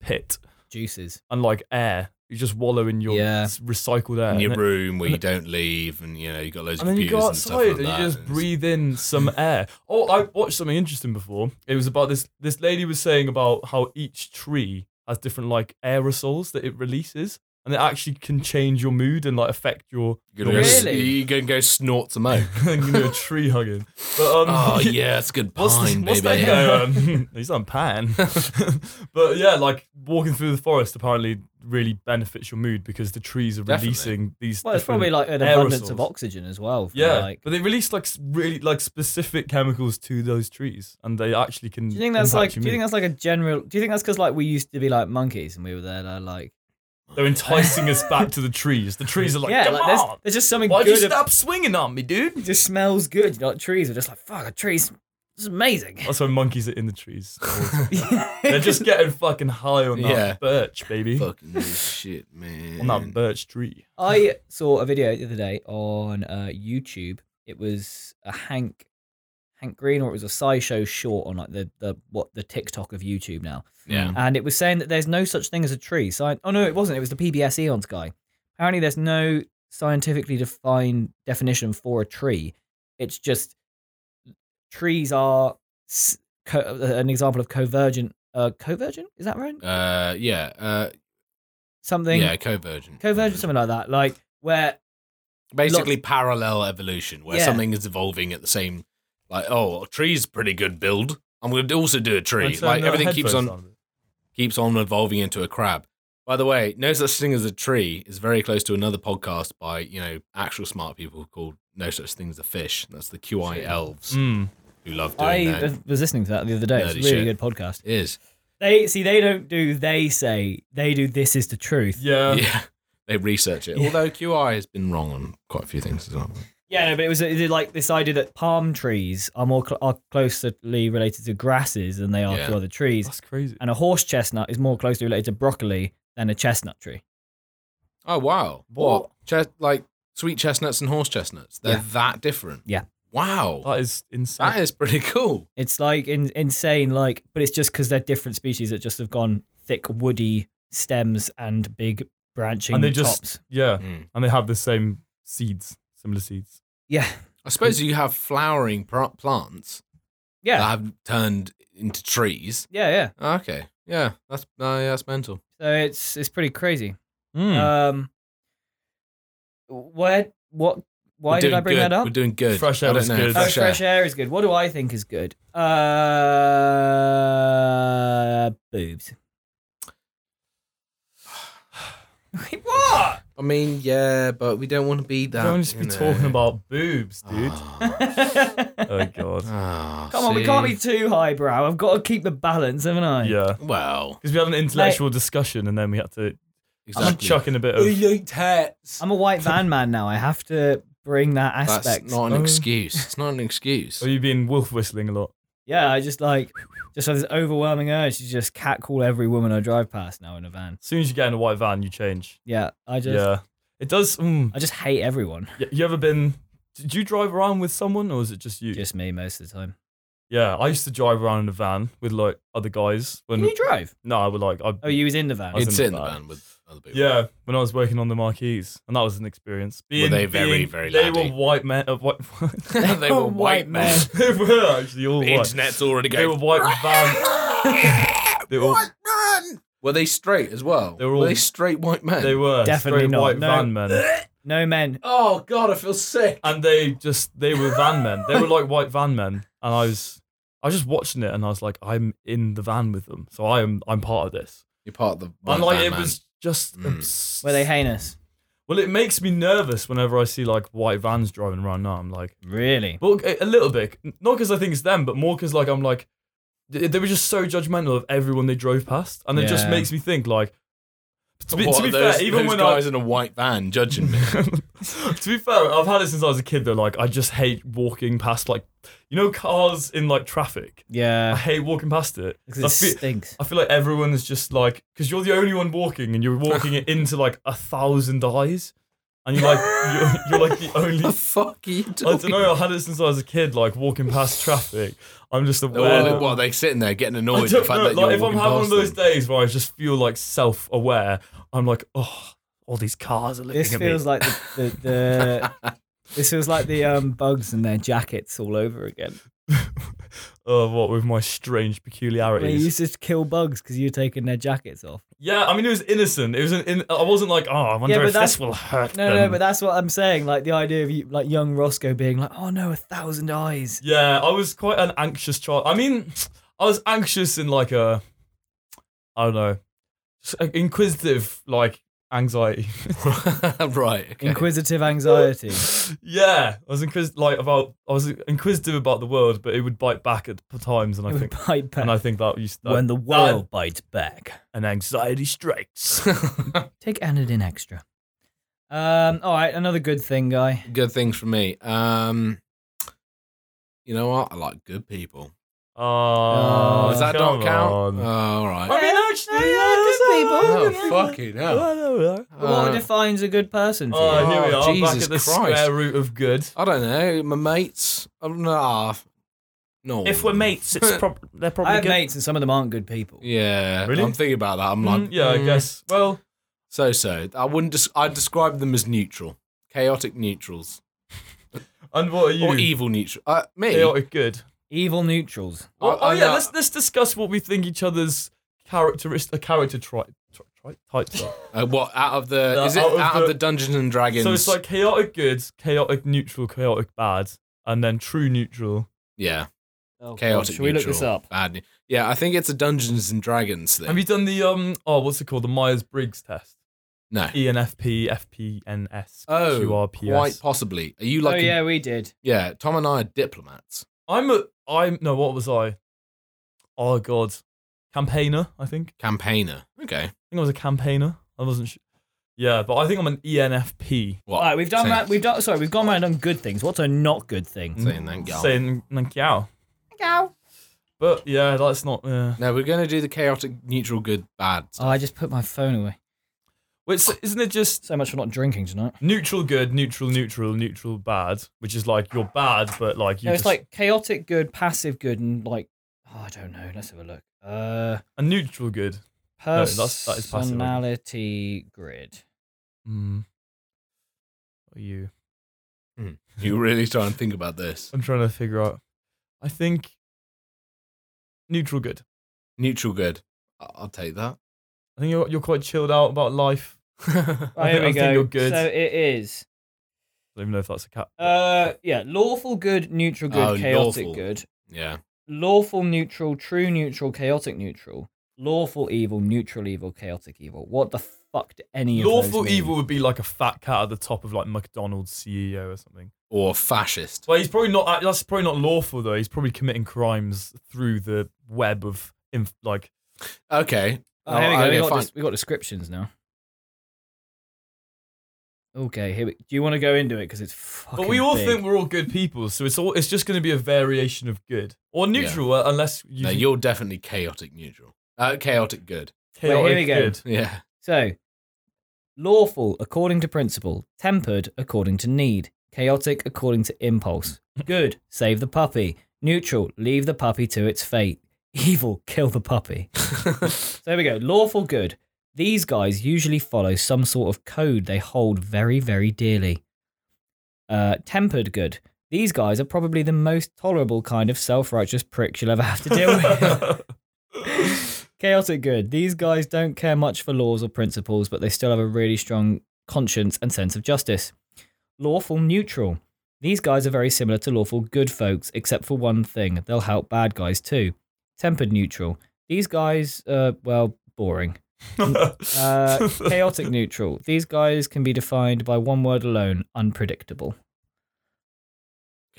S2: pit,
S1: juices.
S2: and like air, you just wallow in your
S1: Yeah.
S2: s- recycled air.
S3: in your
S2: and
S3: room where you don't leave, and you know you got loads of
S2: And then you
S3: computers
S2: go
S3: and stuff
S2: outside
S3: like
S2: and
S3: that.
S2: you just
S3: and it's-
S2: breathe in some air. Oh, I watched something interesting before. It was about this. This lady was saying about how each tree has different like aerosols that it releases, and it actually can change your mood and like affect your.
S3: You can,
S2: your
S1: Really?
S3: go, you can go snort some oak.
S2: you know, tree hugging. But um,
S3: oh yeah, that's good
S2: what's, the-
S3: pine,
S2: what's that
S3: baby.
S2: guy? Um, he's on pan. but yeah, like walking through the forest apparently really benefits your mood because the trees are
S3: Definitely.
S2: releasing these.
S1: Well, it's
S2: different-
S1: probably like an
S2: aerosols.
S1: abundance of oxygen as well. from,
S2: Yeah, Mm,
S1: like-
S2: but they release like s- really like specific chemicals to those trees, and they actually can.
S1: do you think that's
S2: impact
S1: like?
S2: your
S1: Do you think
S2: mood.
S1: that's like a general? Do you think that's because like we used to be like monkeys and we were there like, like
S2: they're enticing us back to the trees? The trees are like,
S1: yeah,
S2: come
S1: like there's,
S2: on,
S1: there's just something
S2: why'd you
S1: good. ab-
S2: stop swinging on me, dude?
S1: it just smells good. You know, like trees are just like fuck. A trees, this is amazing.
S2: That's why monkeys are in the trees.
S3: Oh,
S2: they're just getting fucking high on that
S3: Yeah.
S2: birch, baby,
S3: Fucking good shit, man.
S2: on that birch tree.
S1: I saw a video the other day on uh, YouTube. It was a Hank Hank Green, or it was a SciShow short on like the, the what the TikTok of YouTube now.
S3: yeah.
S1: and it was saying that there's no such thing as a tree. So oh no, it wasn't. It was the PBS Eons guy. Apparently, there's no scientifically defined definition for a tree. It's just trees are s- co- uh, an example of convergent. Uh, convergent is that right?
S3: Uh, yeah. Uh,
S1: Something
S3: yeah. Convergent.
S1: convergent, something like that. Like where
S3: basically parallel evolution where
S1: Yeah.
S3: something is evolving at the same like oh a tree's pretty good build i'm going to also do a tree
S2: And turn
S3: like
S2: their
S3: everything keeps on
S2: headphones
S3: keeps on evolving into a crab by the way no such thing as a tree is very close to another podcast by you know actual smart people called no such thing as a fish that's the qi elves
S2: Mm.
S3: who love doing
S1: I
S3: that
S1: was- was listening to that the other day. It's a
S3: Nerdy
S1: really good
S3: shit.
S1: podcast.
S3: It is
S1: They see they don't do they say they do this is the truth.
S2: Yeah.
S3: yeah they research it
S1: Yeah.
S3: although qi has been wrong on quite a few things as well
S1: Yeah, no, but it was it was like this idea that palm trees are more cl- are closely related to grasses than they are
S3: Yeah.
S1: to other trees,
S2: that's crazy.
S1: and a horse chestnut is more closely related to broccoli than a chestnut tree.
S3: Oh wow! What?
S2: What?
S3: Ches- like sweet chestnuts and horse chestnuts? They're
S1: Yeah.
S3: that different.
S1: Yeah. Oh,
S3: Wow.
S2: That is insane.
S3: that is pretty cool.
S1: It's like in, insane, like, but it's just because they're different species that just have gone thick, woody stems and big branching
S2: And they just-
S1: tops.
S2: yeah, and they have the same seeds, similar seeds.
S1: Yeah,
S3: I suppose you have flowering pr- plants
S1: yeah,
S3: that have turned into trees.
S1: yeah, yeah.
S3: Okay. Yeah. That's uh, yeah, that's mental.
S1: So it's it's pretty crazy.
S3: Hmm.
S2: Mm.
S3: Uh,
S1: Um, where what? Why
S3: We're
S1: did
S3: doing
S1: I bring
S3: good.
S1: that up?
S3: We're doing good.
S2: Fresh air
S3: I don't
S2: is
S3: know.
S2: good.
S1: Oh,
S3: Fresh,
S1: fresh,
S3: air.
S1: air. is good. What do I think is good? Uh, boobs. Wait, what?
S3: I mean, yeah, but we don't want to be that.
S2: Don't just
S3: you
S2: be
S3: know.
S2: talking about boobs, dude.
S3: Ah.
S2: oh god.
S3: Ah,
S1: Come on, we can't be
S3: see?
S1: too highbrow. I've got to keep the balance, haven't I?
S2: Yeah.
S3: Well,
S2: Because we had an intellectual discussion and then we had to
S3: exactly.
S2: chuck in a bit of.
S3: like tats.
S1: I'm a white van man now. I have to bring that
S3: That's
S1: aspect.
S3: not an
S2: Oh.
S3: excuse. It's not an excuse.
S2: Oh, you've been wolf whistling a lot.
S1: yeah, I just like just have this overwhelming urge to just catcall every woman I drive past now in a van.
S2: As soon as you get in a white van, you change.
S1: Yeah, I just
S2: yeah. It does. Mm,
S1: I just hate everyone.
S2: Y- you ever been. Did you drive around with someone or is it just you?
S1: Just me most of the time.
S2: Yeah. I used to drive around in a van with like other guys.
S1: Can
S2: when
S1: you drive?
S2: No, I would like. I,
S1: Oh, you was in the van.
S2: I was
S3: He'd
S2: in
S3: sit
S2: the
S3: in the
S2: van.
S3: van with other people.
S2: Yeah, when I was working on the marquees, and that was an experience. Being,
S3: they very,
S2: being-
S3: very
S2: They
S3: laddie?
S2: were white men. Uh, white,
S3: they were white men.
S2: they were actually all
S3: The
S2: white.
S3: internet's already
S2: They were
S3: going.
S2: white van. They were,
S3: White men. Were they straight as well?
S2: They were
S3: were
S2: all-
S3: they straight white men?
S2: they were
S1: Definitely
S2: straight
S1: not,
S2: white
S1: no.
S2: van men.
S1: No men.
S3: Oh god, I feel sick.
S2: and they just they were van men. They were like white van men, and I was I was just watching it, and I was like, I'm in the van with them, so I am I'm part of this.
S3: You're part of the.
S2: and
S3: white
S2: like
S3: van
S2: it
S3: man.
S2: was just
S3: Mm.
S2: abs-
S1: Were they heinous?
S2: well, it makes me nervous whenever I see like white vans driving around. Now I'm like,
S1: Really?
S2: well, a a little bit, not because I think it's them, but more because like I'm like they they were just so judgmental of everyone they drove past, and it just
S1: Yeah.
S2: makes me think like. To be,
S3: What
S2: to
S3: are
S2: be
S3: those,
S2: fair, even
S3: those
S2: when I,
S3: guys in a white van judging me.
S2: to be fair, I've had it since I was a kid though. Like, I just hate walking past, like, you know, cars in like traffic. I
S1: Yeah.
S2: hate walking past it.
S1: Because
S2: I
S1: it
S2: feel,
S1: stinks.
S2: I feel like everyone's just like, because you're the only one walking and you're walking it into like a thousand eyes. And you're like, you're, you're like the only.
S3: the fuck are you
S2: I don't
S3: talking?
S2: know. I had it since I was a kid, like walking past traffic. I'm just
S3: Well,
S2: aware.
S3: they-
S2: that-
S3: well, they sitting there getting
S2: I
S3: annoyed.
S2: don't
S3: the fact
S2: know,
S3: that
S2: like,
S3: you're
S2: if I'm
S3: walking
S2: having one of
S3: past
S2: those
S3: them.
S2: days where I just feel like self aware, I'm like, oh, all these cars are looking
S1: This
S2: at me.
S1: feels like the, the, the this feels like the um, bugs and their jackets all over again.
S2: Oh, what with my strange
S1: They
S2: peculiarities?
S1: used to kill bugs because you were taking their jackets off.
S2: Yeah, I mean it was innocent. It was an. In, I wasn't like, oh, I wonder
S1: but
S2: if this
S1: that's-
S2: will hurt.
S1: No,
S2: them.
S1: no, but that's what I'm saying. Like the idea of you, like young Roscoe being like, "Oh no, a thousand eyes."
S2: yeah, I was quite an anxious child. I mean, I was anxious in like a, I don't know, s- inquisitive like anxiety.
S3: right. Okay.
S1: Inquisitive anxiety.
S2: yeah, I was inquis like about. I was inquisitive about the world, but it would bite back at times, and I think,
S1: Bite back.
S2: and I think that used to,
S1: when the world bites back.
S2: an anxiety strikes.
S1: Take Anodin extra. Um. All right, another good thing, guy.
S3: Good things for me. Um, you know what? I like good people.
S2: Oh,
S3: Does that
S2: come
S3: not count?
S2: on.
S3: Oh, all right.
S2: I mean,
S1: Oh, Yeah,
S2: actually,
S1: yeah,
S2: yeah,
S1: good
S2: so-
S1: people.
S3: Oh, fucking hell.
S1: what
S3: Uh,
S1: defines a good person for
S2: Oh,
S1: you?
S2: here we
S3: Oh,
S2: are, back
S3: Jesus
S2: at the
S3: Christ.
S2: square root of good.
S3: I don't know. My mates. I'm not. No.
S2: prob- they're
S1: I have mates, and some of them aren't good people.
S3: yeah.
S2: Really?
S3: I'm thinking about that. I'm like.
S2: Mm, yeah, I
S3: mm,
S2: guess. Well,
S3: So so. I wouldn't. Des- I describe them as neutral, chaotic neutrals,
S2: and what are you?
S3: or evil neutral. Uh, me.
S2: Chaotic good.
S1: Evil neutrals.
S3: I-
S2: Oh, oh,
S3: I-
S2: yeah,
S3: uh,
S2: let's let's discuss what we think each other's characteristic, uh, character tri- tri- tri- types are.
S3: Uh, what out of the?
S2: No,
S3: is it
S2: out
S3: out
S2: of
S3: of,
S2: the-
S3: the, Dungeons and Dragons?
S2: so it's like chaotic good, chaotic neutral, chaotic bad, and then true neutral.
S3: yeah,
S1: Oh, God,
S3: chaotic.
S1: Shall we look
S3: neutral,
S1: this up?
S3: Bad. ne- Yeah, I think it's a Dungeons and Dragons thing.
S2: Have you done the um? Oh, what's it called? The Myers Briggs test. E
S3: no.
S2: ENFP, FPNS,
S3: Oh,
S2: QRPS.
S3: Quite possibly. Are you like?
S1: oh
S3: a-
S1: yeah, we did.
S3: yeah, Tom and I are diplomats.
S2: I'm a I'm no, what was I? Oh god. Campaigner, I think.
S3: Campaigner. Okay.
S2: I think I was a campaigner. I wasn't sure. Yeah, but I think I'm an E ENFP.
S3: What?
S1: All right, we've done.
S3: Saying-
S1: ra- we've done. Sorry, we've gone round on good things. What's a not good
S2: Mm.
S1: thing?
S3: Saying thank you.
S2: Saying thank you. But yeah, that's not yeah.
S3: No, we're going to do the chaotic, neutral, good, bad.
S1: Oh, I just put my phone away.
S2: Wait, so isn't it just
S1: So much for not drinking tonight.
S2: neutral good, neutral, neutral, neutral bad, which is like you're bad, but like you
S1: no, it's
S2: just
S1: like chaotic good, passive good, and like oh, I don't know. Let's have a look. Uh,
S2: a neutral good. that's- that is passive, isn't it?
S1: personality grid.
S2: Mm. Are you?
S3: You really try and think about this.
S2: I'm trying to figure out. I think neutral good.
S3: Neutral, good. I- I'll take that.
S2: I think you're you're quite chilled out about life.
S1: Oh,
S2: I
S1: here
S2: think,
S1: we
S2: I
S1: go.
S2: think you're good.
S1: So
S2: I
S1: it is.
S2: don't even know if that's a cat.
S1: Uh, yeah, lawful good, neutral good,
S3: Oh,
S1: chaotic
S3: lawful.
S1: good,
S3: Yeah.
S1: lawful neutral, true neutral, chaotic neutral, lawful evil, neutral evil, chaotic evil. What the fuck do any of those
S2: Lawful
S1: mean?
S2: evil would be like a fat cat at the top of like McDonald's CEO or something.
S3: Or fascist.
S2: Well, he's probably not. uh, That's probably not lawful though. He's probably committing crimes through the web of inf- like.
S3: Okay.
S1: Oh, here we go.
S3: Okay,
S1: we, got
S3: fine.
S1: des- we got descriptions now. Okay, here we. Do you want to go into it because it's fucking?
S2: but we all
S1: big.
S2: think we're all good people, so it's all. It's just going to be a variation of good or neutral, uh, unless you.
S3: No, you're definitely chaotic, neutral. Uh, chaotic, good.
S1: Wait, here we go.
S2: Good.
S3: Yeah.
S1: so. Lawful according to principle, tempered according to need, chaotic according to impulse. Good, save the puppy. Neutral, leave the puppy to its fate. Evil, kill the puppy. so there we go. Lawful good. These guys usually follow some sort of code they hold very, very dearly. Uh, tempered good. These guys are probably the most tolerable kind of self righteous pricks you'll ever have to deal with. Chaotic good. These guys don't care much for laws or principles, but they still have a really strong conscience and sense of justice. Lawful neutral. These guys are very similar to lawful good folks, except for one thing they'll help bad guys too. Tempered neutral. These guys, uh, well, boring. Uh, chaotic neutral. These guys can be defined by one word alone unpredictable.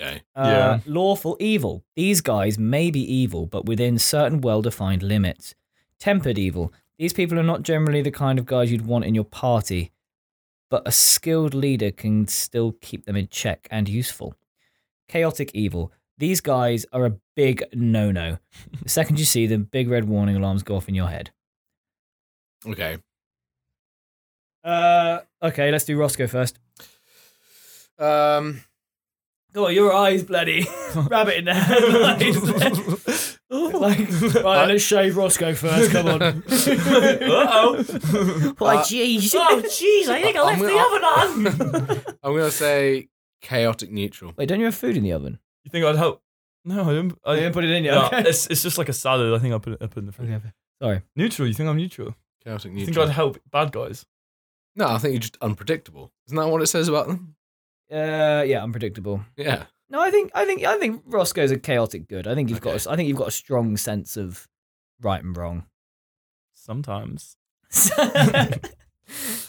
S3: Okay.
S1: Uh, Lawful evil. These guys may be evil, but within certain well defined limits. Tempered evil. These people are not generally the kind of guys you'd want in your party, but a skilled leader can still keep them in check and useful. Chaotic evil. These guys are a big no no. The second you see them, big red warning alarms go off in your head.
S3: Okay.
S1: Uh, okay, let's do Roscoe first.
S3: Um,
S1: Go on, your eyes bloody rabbit in the headlights. like, right, let's shave Roscoe first. Come on.
S2: Uh-oh.
S1: Why, jeez. oh, jeez. I think I left
S3: I'm
S1: the oven on.
S3: I'm gonna say chaotic neutral.
S1: Wait, don't you have food in the oven?
S2: You think I'd help? No, I didn't. I
S1: Oh, You didn't put it in yet.
S2: No,
S1: okay.
S2: it's, it's just like a salad. I think I put it up in the fridge.
S1: Sorry.
S2: Neutral. You think I'm neutral?
S3: Chaotic
S2: You think
S3: neutral.
S2: I'd help bad guys?
S3: no, I think you're just unpredictable. Isn't that what it says about them?
S1: Uh, yeah, unpredictable.
S3: Yeah.
S1: No, I think I think I think Roscoe's a chaotic good. I think you've got
S3: Okay.
S1: a, I think you've got a strong sense of right and wrong.
S2: Sometimes.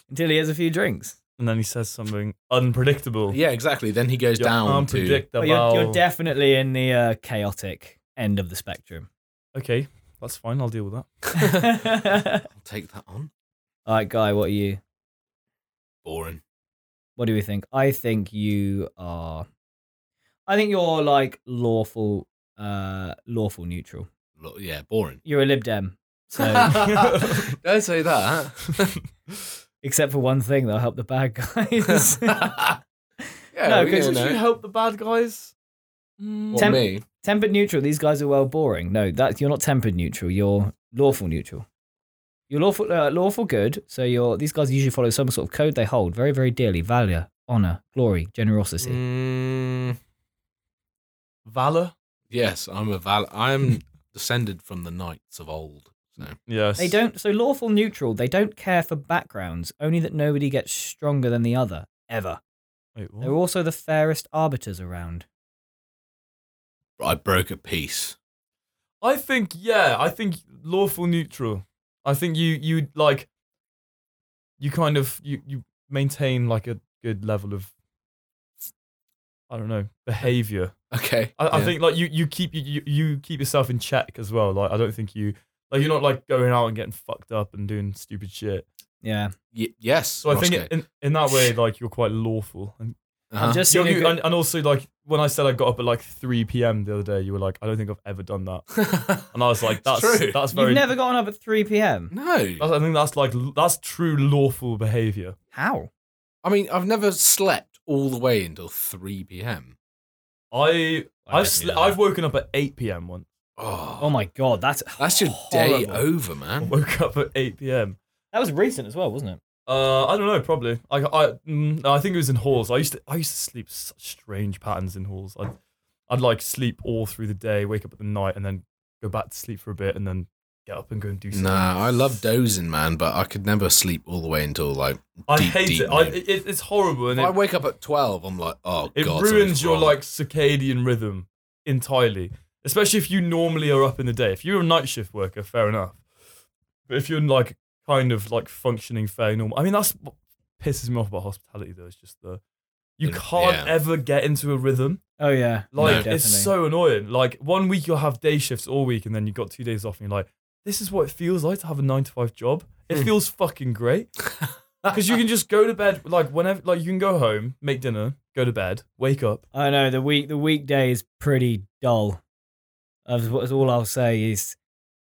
S1: Until he has a few drinks.
S2: And then he says something unpredictable.
S3: Yeah, exactly. Then he goes
S2: You're
S3: down to
S2: unpredictable.
S1: But you're, you're definitely in the uh, chaotic end of the spectrum.
S2: okay, that's fine. I'll deal with that.
S1: All
S3: I'll take that on.
S1: right, Guy, what are you?
S3: Boring.
S1: What do we think? I think you are. I think you're like lawful, uh, lawful neutral.
S3: Lo- Yeah, boring.
S1: You're a Lib Dem. So,
S3: Don't say that.
S1: except for one thing, they'll help the bad guys.
S3: yeah,
S1: No,
S3: we
S1: 'cause
S3: don't
S2: Should you
S3: know.
S2: help the bad guys?
S3: Or
S1: Temp-
S3: me.
S1: tempered neutral. These guys are well boring. No, that you're not tempered neutral. You're lawful neutral. You're lawful, uh, lawful good. So you're. These guys usually follow some sort of code they hold very, very dearly: valor, honor, glory, generosity.
S3: Mm,
S2: Valor?
S3: yes, I'm a val. I'm descended from the knights of old. So
S2: Yes.
S1: They don't. So lawful neutral. They don't care for backgrounds. Only that nobody gets stronger than the other ever.
S2: Wait, what?
S1: They're also the fairest arbiters around.
S3: I broke a piece.
S2: I think yeah. I think lawful neutral. I think you you like you kind of you you maintain like a good level of I don't know behavior.
S3: Okay.
S2: I, I
S3: yeah.
S2: think like you you keep you you keep yourself in check as well. Like I don't think you like you're not like going out and getting fucked up and doing stupid shit.
S1: Yeah.
S3: Y- yes.
S2: So I think in, in that way like you're quite lawful. And,
S3: Uh-huh.
S1: I've just
S2: you
S1: seen a good-
S2: and, and also like when I said I got up at like three p.m. the other day, you were like, I don't think I've ever done that, and I was like,
S3: It's
S2: that's
S3: true.
S2: that's very
S1: You've never gotten up at 3 p.m.
S3: no.
S2: That's, I think that's like that's true lawful behavior.
S1: How?
S3: I mean, I've never slept all the way until 3 p.m.
S2: I
S1: I
S2: I've
S1: don't
S2: sl-
S1: do that.
S2: I've woken up at eight p.m. once.
S3: Oh,
S1: Oh my god, that's
S3: that's your day
S1: horrible.
S3: over,
S2: I
S3: man.
S2: woke up at eight p.m.
S1: That was recent as well, wasn't it?
S2: Uh, I don't know. Probably. I I mm, no, I think it was in halls. I used to I used to sleep such strange patterns in halls. I'd I'd like sleep all through the day, wake up at the night, and then go back to sleep for a bit, and then get up and go and do something.
S3: Nah, I love dozing, man, but I could never sleep all the way until like.
S2: I
S3: deep,
S2: hate
S3: deep
S2: it. I,
S3: noon.
S2: it. It's horrible, and
S3: If I
S2: it,
S3: wake up at 12, I'm like, oh,
S2: it
S3: God.
S2: ruins
S3: something's
S2: your
S3: wrong.
S2: like circadian rhythm entirely. Especially if you normally are up in the day. If you're a night shift worker, fair enough. But if you're like kind of like functioning fairly normal, I mean that's what pisses me off about hospitality though. It's just the you
S3: Mm,
S2: can't
S3: yeah.
S2: ever get into a rhythm.
S1: Oh yeah.
S2: Like
S1: No,
S2: it's
S1: definitely.
S2: so annoying. Like one week you'll have day shifts all week, and then you've got two days off, and you're like, "This is what it feels like to have a nine to five job. It
S3: Hmm.
S2: feels fucking great because you can just go to bed like whenever. Like you can go home, make dinner, go to bed, wake up.
S1: I know the week the weekday is pretty dull. That's what- that's all I'll say is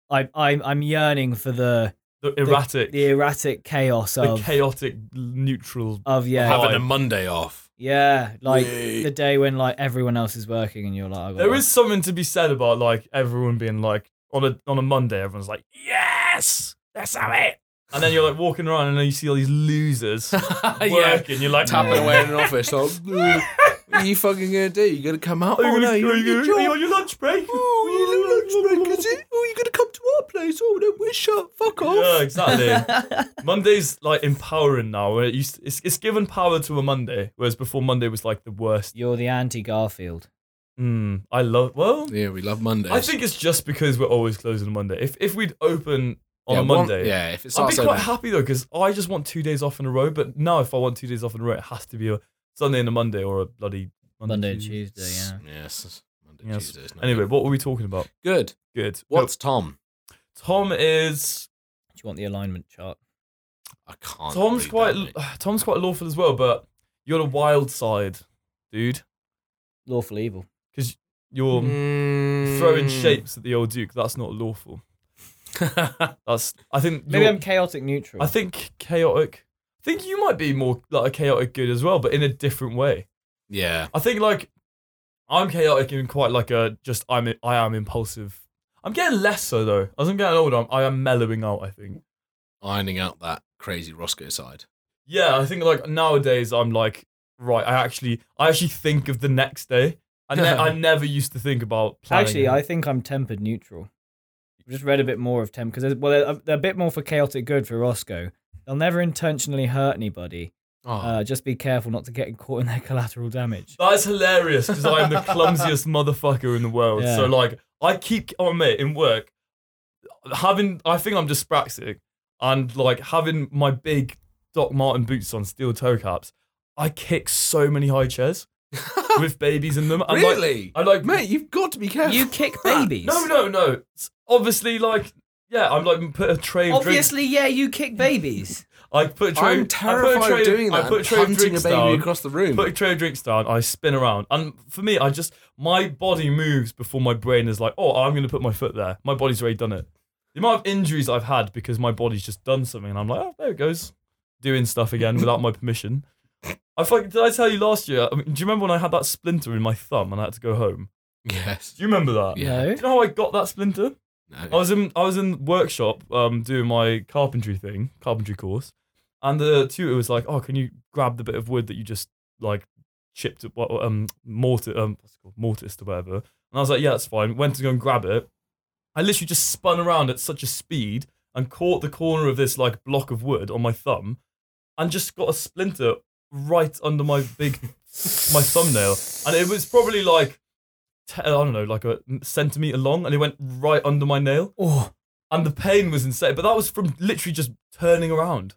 S1: I I'm I'm yearning for the
S2: The erratic,
S1: the erratic Oh, chaos
S2: the,
S1: of
S2: chaotic, neutral.
S1: of yeah.
S3: having
S2: Why?
S3: a Monday off.
S1: Yeah, like
S3: Yay.
S1: the day when like everyone else is working and you're like I got
S2: There is something to be said about like everyone being like on a on a Monday, everyone's like, "Yes, let's have it." And then you're like walking around and then you see all these losers working. You're like,
S3: tapping away in an office. Like, "Bleh, what are you fucking gonna do? You gonna come out?
S2: Are you,
S3: oh
S2: gonna-
S3: no,
S2: are you,
S3: you're
S2: gonna-
S3: your
S2: are you
S3: job.
S2: on your lunch break?
S3: Oh, you lunch break, is it? Oh, you gonna come to our place? Oh no, we're shut. Fuck off.
S2: Yeah, exactly. Monday's like empowering now. where It used it's, it's given power to a Monday, whereas before Monday was like the worst.
S1: You're the anti Garfield.
S2: Mm, I love. Well,
S3: Yeah, we love Mondays.
S2: I think it's just because we're always closing on Monday. If if we'd open on
S3: yeah,
S2: a
S3: one-
S2: Monday,
S3: yeah, if it
S2: I'd be
S3: starts
S2: quite
S3: open,
S2: happy though because I just want two days off in a row. But now, if I want two days off in a row, it has to be a Sunday and a Monday or a bloody Monday,
S1: Monday and Tuesday, yeah.
S3: yes, Monday,
S2: Yes.
S3: Tuesday. it's not
S2: Anyway,
S3: good.
S2: what were we talking about?
S3: good.
S2: Good.
S3: What's Tom?
S2: Tom is
S1: Do you want the alignment chart?
S3: I can't.
S2: Tom's
S3: read
S2: quite
S3: That, mate.
S2: Tom's quite lawful as well, but you're the wild side, dude.
S1: Lawful evil.
S2: You're
S3: Mm.
S2: um, throwing shapes at the old Duke. That's not lawful. That's I think
S1: Maybe
S2: you're-
S1: I'm chaotic neutral.
S2: I think chaotic. I think you might be more like a chaotic good as well, but in a different way.
S3: Yeah,
S2: I think like I'm chaotic in quite like a just I'm I am impulsive. I'm getting less so though. As I'm getting older, I'm, I am mellowing out. I think.
S3: ironing out that crazy Roscoe side.
S2: Yeah, I think like nowadays I'm like right. I actually I actually think of the next day. I, ne- I never used to think about planning.
S1: Actually, I think I'm tempered neutral. I've just read a bit more of temp because well, uh, they're, they're a bit more for chaotic good for Roscoe. They'll never intentionally hurt anybody.
S3: Oh,
S1: Uh, just be careful not to get caught in their collateral damage.
S2: That's hilarious because I'm the clumsiest motherfucker in the world.
S1: Yeah.
S2: So like, I keep oh mate in work having. I think I'm dyspraxic and like having my big Doc Martin boots on, steel toe caps. I kick so many high chairs with babies in them. And, like,
S3: Oh, really?
S2: I like
S3: mate, you've got to be careful.
S1: You kick babies.
S2: No, no, no. It's obviously, like yeah, I'm like put a tray of drinks.
S1: Obviously, yeah, you kick babies.
S2: I put a tray.
S3: I'm
S2: I put a
S3: terrified
S2: tray
S3: of doing that.
S2: I put a
S3: and
S2: tray of
S3: punting a
S2: drinks
S3: baby
S2: down.
S3: across the room.
S2: put a tray of drinks down, I spin around. And for me, I just, my body moves before my brain is like, oh, I'm going to put my foot there. My body's already done it. The amount of injuries I've had because my body's just done something and I'm like, oh, there it goes. Doing stuff again without my permission. I fucking, did I tell you last year? I mean, do you remember when I had that splinter in my thumb and I had to go home?
S3: yes.
S2: Do you remember that?
S3: Yeah.
S1: No.
S2: Do you know how I got that splinter? I
S3: No.
S2: was in I was in workshop um, doing my carpentry thing, carpentry course, and the tutor was like, "Oh, can you grab the bit of wood that you just like chipped up, what- um, mortar, um, what's it called, mortised or whatever?" And I was like, "Yeah, that's fine." Went to go and grab it. I literally just spun around at such a speed and caught the corner of this like block of wood on my thumb, and just got a splinter right under my big my thumbnail, and it was probably like. te- I don't know, like a centimeter long, and it went right under my nail
S1: Oh,
S2: and the pain was insane. But that was from literally just turning around,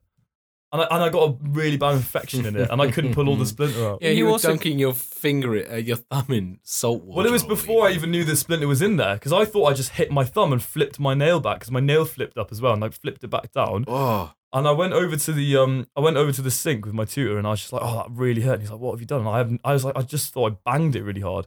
S2: and I, and I got a really bad infection in it, and I couldn't pull all the splinter out.
S3: Yeah,
S1: You
S3: you, were
S1: also-
S3: dunking your finger, uh, your thumb in salt water.
S2: Well, it was
S3: all
S2: before I
S3: evening.
S2: even knew the splinter was in there because I thought I just hit my thumb and flipped my nail back because my nail flipped up as well, and I flipped it back down.
S3: Oh,
S2: And I went over to the um, I went over to the sink with my tutor, and I was just like, "Oh, that really hurt." And he's like, "What have you done?" And I haven't. I was like, "I just thought I banged it really hard."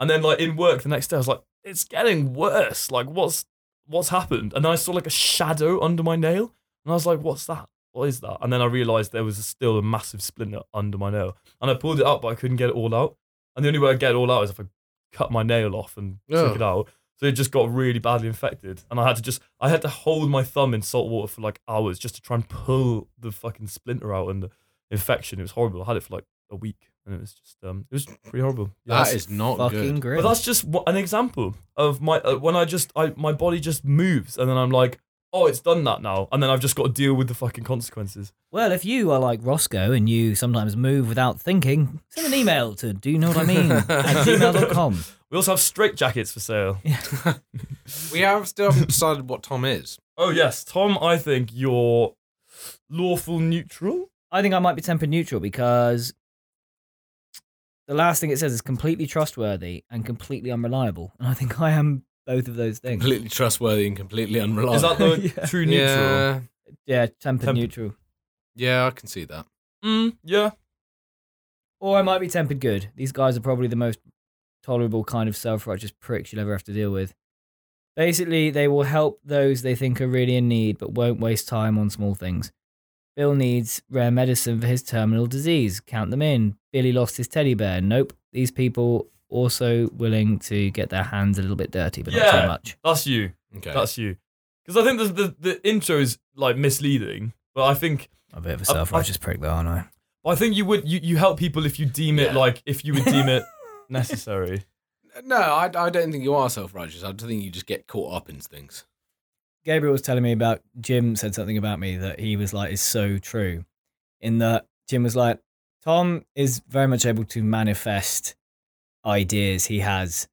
S2: And then like in work the next day, I was like, "It's getting worse. Like, what's what's happened?" And then I saw like a shadow under my nail, and I was like, "What's that? What is that?" And then I realized there was still a massive splinter under my nail, and I pulled it up, but I couldn't get it all out. And the only way I get it all out is if I cut my nail off and took
S3: Oh.
S2: it out. So it just got really badly infected, and I had to just I had to hold my thumb in salt water for like hours just to try and pull the fucking splinter out and the infection. It was horrible. I had it for like a week, and it was just um it was pretty horrible. Yeah,
S3: that
S2: that's-
S3: is not
S1: fucking
S3: good.
S1: great.
S2: but that's just wha- an example of my uh, when I just I my body just moves, and then I'm like, oh, it's done that now, and then I've just got to deal with the fucking consequences.
S1: Well, if you are like Roscoe and you sometimes move without thinking, send an email to do you know what I mean at gmail.com.
S2: We also have straight jackets for sale.
S3: We have still haven't decided what Tom is.
S2: Oh yes, Tom, I think you're lawful neutral.
S1: I think I might be tempered neutral because the last thing it says is completely trustworthy and completely unreliable. And I think I am both of those things.
S3: Completely trustworthy and completely unreliable.
S2: Is that the
S1: Yeah.
S2: true neutral?
S3: yeah,
S1: Yeah, tempered
S2: Temp-
S1: neutral.
S3: yeah, I can see that.
S2: Mm, yeah.
S1: Or I might be tempered good. These guys are probably the most tolerable kind of self righteous pricks you'll ever have to deal with. Basically, they will help those they think are really in need, but won't waste time on small things. Bill needs rare medicine for his terminal disease. Count them in. Billy lost his teddy bear. Nope. These people also willing to get their hands a little bit dirty, but not
S2: Yeah.
S1: too much.
S2: That's you.
S3: Okay,
S2: That's you. Because I think the, the the intro is like misleading, but I think
S1: I'm a bit of a self-righteous prick, though, aren't I?
S2: I think you would you, you help people if you deem it
S3: Yeah.
S2: like if you would deem it necessary.
S3: No, I, I don't think you are self righteous. I think you just get caught up in things.
S1: Gabriel was telling me about Jim said something about me that he was like is so true, in that Jim was like Tom is very much able to manifest ideas he has,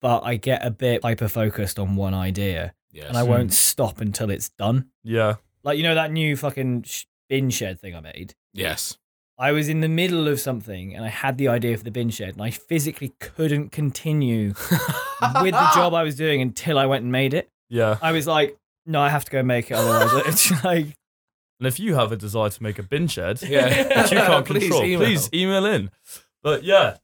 S1: but I get a bit hyper focused on one idea
S3: Yes.
S1: and I won't stop until it's done.
S2: Yeah.
S1: Like you know that new fucking sh- bin shed thing I made.
S3: yes.
S1: I was in the middle of something and I had the idea for the bin shed and I physically couldn't continue with the job I was doing until I went and made it.
S2: Yeah.
S1: I was like, no, I have to go make it otherwise. It's like,
S2: And if you have a desire to make a bin shed that
S3: Yeah.
S2: you can't
S3: Please
S2: control,
S3: email.
S2: please email in. But yeah.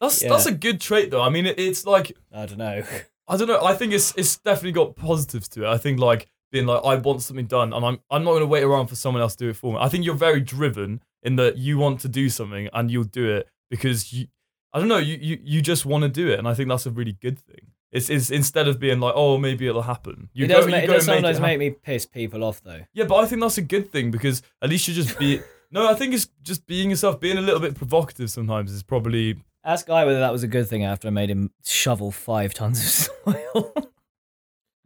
S2: That's
S1: Yeah.
S2: that's a good trait though. I mean it, it's like
S1: I don't know.
S2: I don't know. I think it's it's definitely got positives to it. I think like being like I want something done, and I'm I'm not going to wait around for someone else to do it for me. I think you're very driven in that you want to do something and you'll do it because you I don't know you you, you just want to do it, and I think that's a really good thing. It's, it's instead of being like oh maybe it'll happen. You
S1: it does, ma-
S2: you
S1: it does
S2: and
S1: sometimes
S2: it
S1: make me piss people off though.
S2: yeah, but I think that's a good thing because at least you just be. no, I think it's just being yourself, being a little bit provocative sometimes is probably.
S1: Ask Guy whether that was a good thing after I made him shovel five tons of soil.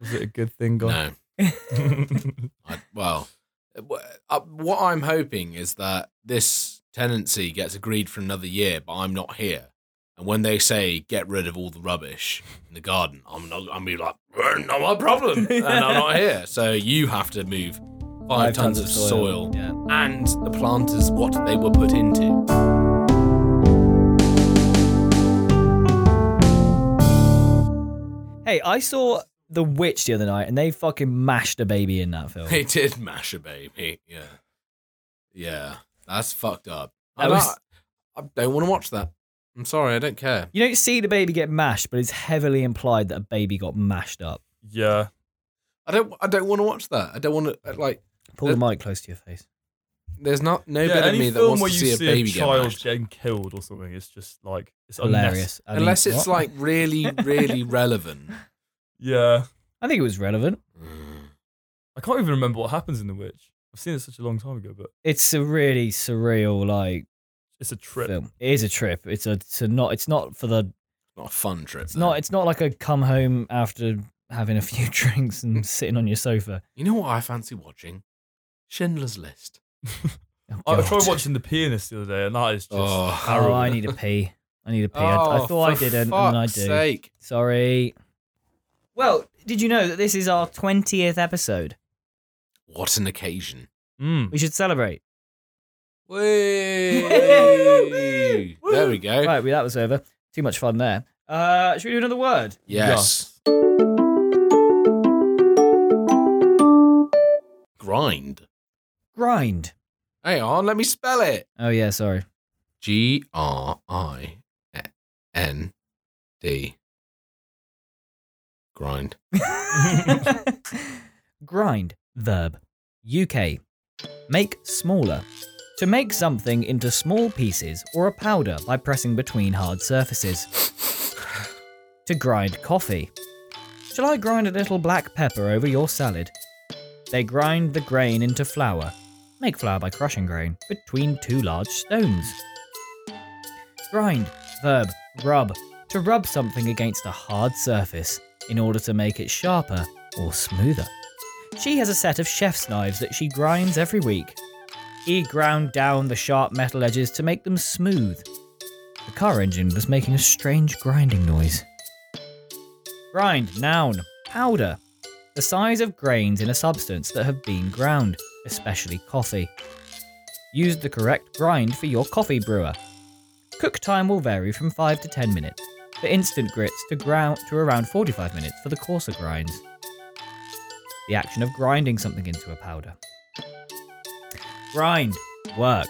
S2: Is it a good thing, God?
S3: No. I, well, w- uh, what I'm hoping is that this tenancy gets agreed for another year, but I'm not here. And when they say get rid of all the rubbish in the garden, I'm not. I'm be like, "Well, not my problem, and I'm not here. So you have to move five, tons, of soil,
S1: Yeah.
S3: and the plant is what they were put into.
S1: Hey, I saw The Witch the other night and they fucking mashed a baby in that film.
S3: They did mash a baby. Yeah, yeah, that's fucked up. I,
S1: That
S3: don't-
S1: was-
S3: I don't want to watch that. I'm sorry, I don't care.
S1: You don't see the baby get mashed, but it's heavily implied that a baby got mashed up.
S2: Yeah.
S3: I don't. I don't want to watch that. I don't want to like.
S1: Pull the mic close to your face.
S3: There's not no
S2: yeah,
S3: bit of
S2: any
S3: me that
S2: film
S3: wants
S2: where
S3: to
S2: you
S3: see a baby get
S2: child
S3: mashed.
S2: getting killed or something, it's just like it's unnecessary.
S1: Hilarious. I mean,
S3: Unless it's
S1: what?
S3: like really, really relevant.
S2: Yeah,
S1: I think it was relevant. Mm.
S2: I can't even remember what happens in The Witch. I've seen it such a long time ago, but
S1: It's a really surreal like
S2: it's a trip.
S1: film. It is a trip. It's a it's a not it's not for the
S3: Not a fun trip.
S1: it's not it's not like a come home after having a few drinks
S2: Hmm.
S1: and sitting on your sofa.
S3: You know what I fancy watching? Schindler's List.
S1: Oh,
S2: I I
S1: God.
S2: tried watching The Pianist the other day, and that is just
S3: Oh.
S1: Oh,
S2: horrible.
S1: I need a pee. I need a pee.
S2: Oh,
S1: I, I thought I
S3: for
S1: didn't, and
S3: fuck's
S1: then I do.
S3: Sake.
S1: Sorry. Well, did you know that this is our twentieth episode?
S3: What an occasion!
S2: Mm.
S1: We should celebrate.
S3: Whee! there we go.
S1: Right, well, that was over. Too much fun there. Uh, should we do another word?
S3: Yes. Grind.
S1: Grind.
S3: Hang on, let me spell it.
S1: Oh yeah, sorry.
S3: G R I N D. Grind.
S1: Grind, verb. UK. Make smaller. To make something into small pieces or a powder by pressing between hard surfaces. to grind coffee. Shall I grind a little black pepper over your salad? They grind the grain into flour. Make flour by crushing grain between two large stones. Grind, verb, rub. To rub something against a hard surface in order to make it sharper or smoother. She has a set of chef's knives that she grinds every week. He ground down the sharp metal edges to make them smooth. The car engine was making a strange grinding noise. Grind, noun, powder. The size of grains in a substance that have been ground, especially coffee. Use the correct grind for your coffee brewer. Cook time will vary from 5 to 10 minutes for instant grits to ground to around 45 minutes for the coarser grinds. The action of grinding something into a powder. Grind, work.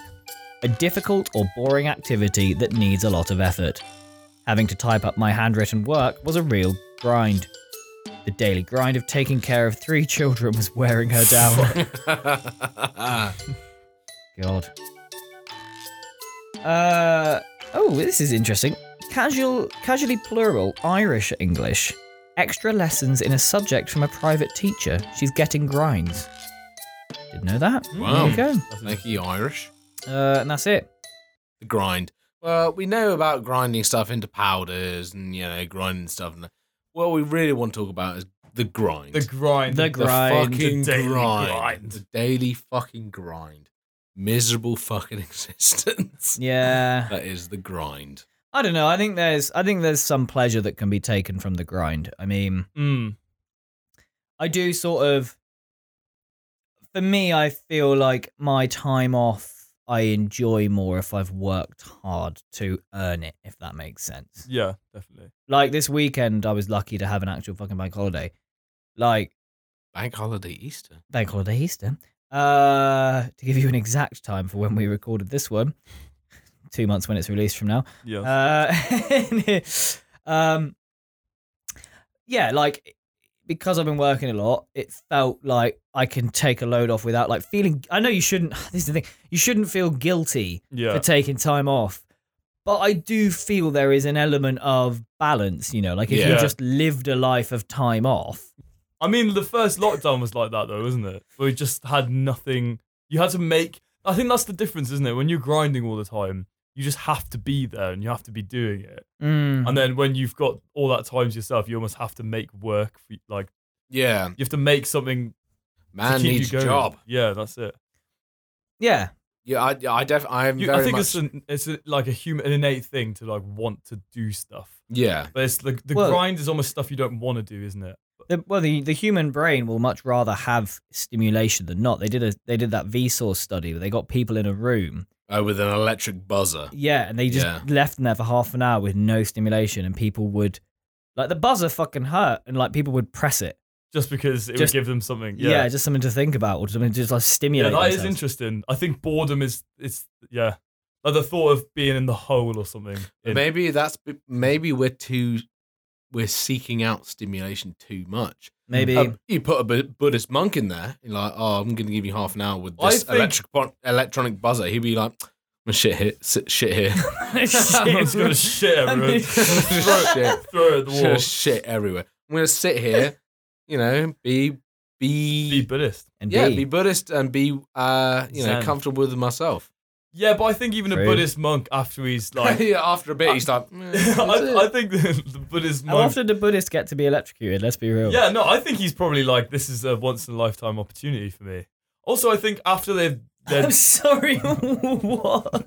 S1: A difficult or boring activity that needs a lot of effort. Having to type up my handwritten work was a real grind. The daily grind of taking care of three children was wearing her down. God. Uh oh, this is interesting. Casual, casually plural Irish English. Extra lessons in a subject from a private teacher. She's getting grinds. Didn't know that.
S3: Wow.
S1: There you
S3: Thank you, Irish.
S1: go. Uh, and that's it.
S3: The grind. Well, we know about grinding stuff into powders and, you know, grinding stuff. And what we really want to talk about is the grind.
S2: The grind.
S1: The
S3: The
S1: grind.
S3: fucking
S2: The daily
S3: grind.
S2: grind.
S3: The daily fucking grind. Miserable fucking existence.
S1: Yeah.
S3: That is the grind.
S1: I don't know. I think there's I think there's some pleasure that can be taken from the grind. I mean,
S2: Mm.
S1: I do sort of. For me, I feel like my time off, I enjoy more if I've worked hard to earn it, if that makes sense.
S2: Yeah, definitely.
S1: Like this weekend, I was lucky to have an actual fucking bank holiday. Like,
S3: Bank holiday Easter.
S1: bank holiday Easter. Uh, to give you an exact time for when we recorded this one, two months when it's released from now.
S2: Yeah.
S1: Uh, um, yeah, like because I've been working a lot, it felt like I can take a load off without like feeling. I know you shouldn't. This is the thing. You shouldn't feel guilty
S2: yeah.
S1: for taking time off. But I do feel there is an element of balance, you know, like if you
S2: Yeah.
S1: just lived a life of time off,
S2: I mean, the first lockdown was like that, though, wasn't it? We just had nothing. You had to make. I think that's the difference, isn't it? When you're grinding all the time, you just have to be there and you have to be doing it.
S1: Mm.
S3: Mm-hmm.
S2: And then when you've got all that time to yourself, you almost have to make work. For, like
S3: Yeah.
S2: you have to make something to
S3: Man
S2: keep
S3: needs
S2: you
S3: a
S2: going.
S3: job.
S2: Yeah, that's it.
S1: yeah,
S3: Yeah, I, I def, I am
S2: You,
S3: very
S2: I think
S3: much.
S2: it's an, it's a, like a human, an innate thing to like want to do stuff.
S3: yeah,
S2: But it's the the
S1: Well-
S2: grind is almost stuff you don't want to do, isn't it?
S1: The, well, the, the human brain will much rather have stimulation than not. They did a they did that Vsauce study where they got people in a room,
S3: oh, with an electric buzzer.
S1: yeah, and they just
S3: Yeah.
S1: left them there for half an hour with no stimulation, and people would like the buzzer fucking hurt, and like people would press it,
S2: Just because it
S1: Just-
S2: would give them something.
S1: yeah, just something to think about or something to just like
S2: Yeah,
S1: stimulate.
S2: that is
S1: themselves.
S2: interesting. I think boredom is it's yeah, like the thought of being in the hole or something. in-
S3: Maybe that's maybe we're too we're seeking out stimulation too much.
S1: Maybe
S2: Um,
S3: Uh, you put a Bu- Buddhist monk in there, you're like, oh, I'm going to give you half an hour with
S2: I
S3: this
S2: think-
S3: electric bu- electronic buzzer. He'd be like, "I'm shit here, sit, shit here,
S2: I'm just gonna shit everyone.
S3: Just
S2: throw,
S3: shit,
S2: it, throw it at the wall.
S3: just shit everywhere. I'm going to sit here, you know, be
S2: Be
S3: be,
S2: Buddhist.
S1: and
S3: yeah,
S1: be-
S3: be Buddhist and be uh, you know
S2: Zen.
S3: comfortable with myself.
S2: Yeah, but I think even
S1: True.
S2: a Buddhist monk after he's like,
S3: Yeah, After a bit, he's like, "Mm, that's it."
S2: I, I think the, the Buddhist
S1: how
S2: monk.
S1: often do Buddhists get to be electrocuted? Let's be real.
S2: Yeah, no, I think he's probably like, this is a once in a lifetime opportunity for me. Also, I think after they've.
S1: I'm
S2: they've
S1: sorry. what?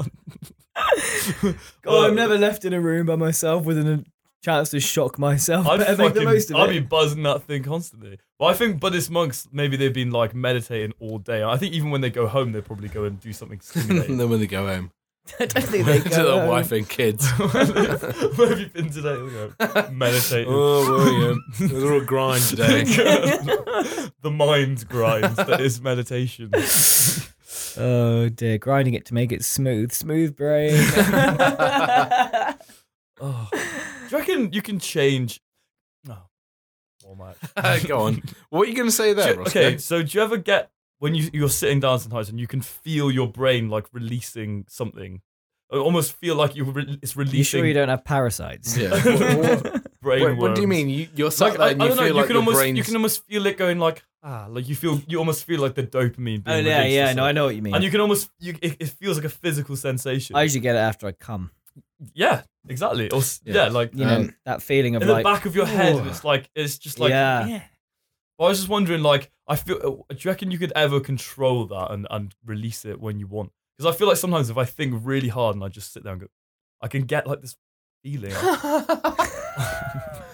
S2: Well,
S1: God, I've never left in a room by myself with a chance to shock myself.
S2: I'd,
S1: Better make the
S2: fucking-
S1: most of
S2: I'd be
S1: it.
S2: buzzing that thing constantly. But I think Buddhist monks, maybe they've been like meditating all day. I think even when they go home, they probably go and do something
S3: and
S2: stimulating.
S3: then when they go home,
S1: I don't think
S3: to
S1: they
S3: their
S1: go. home.
S3: wife and kids.
S2: Oh, Where have you been today? They'll go, Meditating.
S3: oh, William, it was a real grind today.
S2: the mind grinds that is meditation.
S1: Oh dear, grinding it to make it smooth, smooth brain.
S2: Oh. Do you reckon you can change? No. Well, mate.
S3: go on. What are you going to say there,
S2: Do-
S3: Roscoe?
S2: okay, so do you ever get when you you're sitting down sometimes and you can feel your brain like releasing something? I almost feel like you re- it's releasing
S1: you sure you don't have parasites? Oh,
S3: Yeah. what, what-
S2: brain.
S3: what- what do you
S2: worms.
S3: mean? You, you're
S2: Like,
S3: sat there
S2: I, I
S3: and you
S2: don't
S3: feel
S2: know. You
S3: like
S2: can
S3: your
S2: almost
S3: brain's...
S2: you can almost feel it going like ah, like you feel you almost feel like the dopamine. Being
S1: Oh yeah,
S2: released or
S1: yeah. No, I
S2: something.
S1: know what you mean.
S2: And you can almost you, it, it feels like a physical sensation.
S1: I usually get it after I come.
S2: yeah, exactly. Or s-
S3: Yeah.
S2: yeah, like
S1: You know
S3: Um,
S1: that feeling of
S2: in
S1: like
S2: the back of your head,
S3: Ooh.
S2: and it's like it's just like
S1: Yeah.
S2: I was just wondering, like, I feel. uh, Do you reckon you could ever control that and and release it when you want? Because I feel like sometimes if I think really hard and I just sit there and go, I can get like this feeling.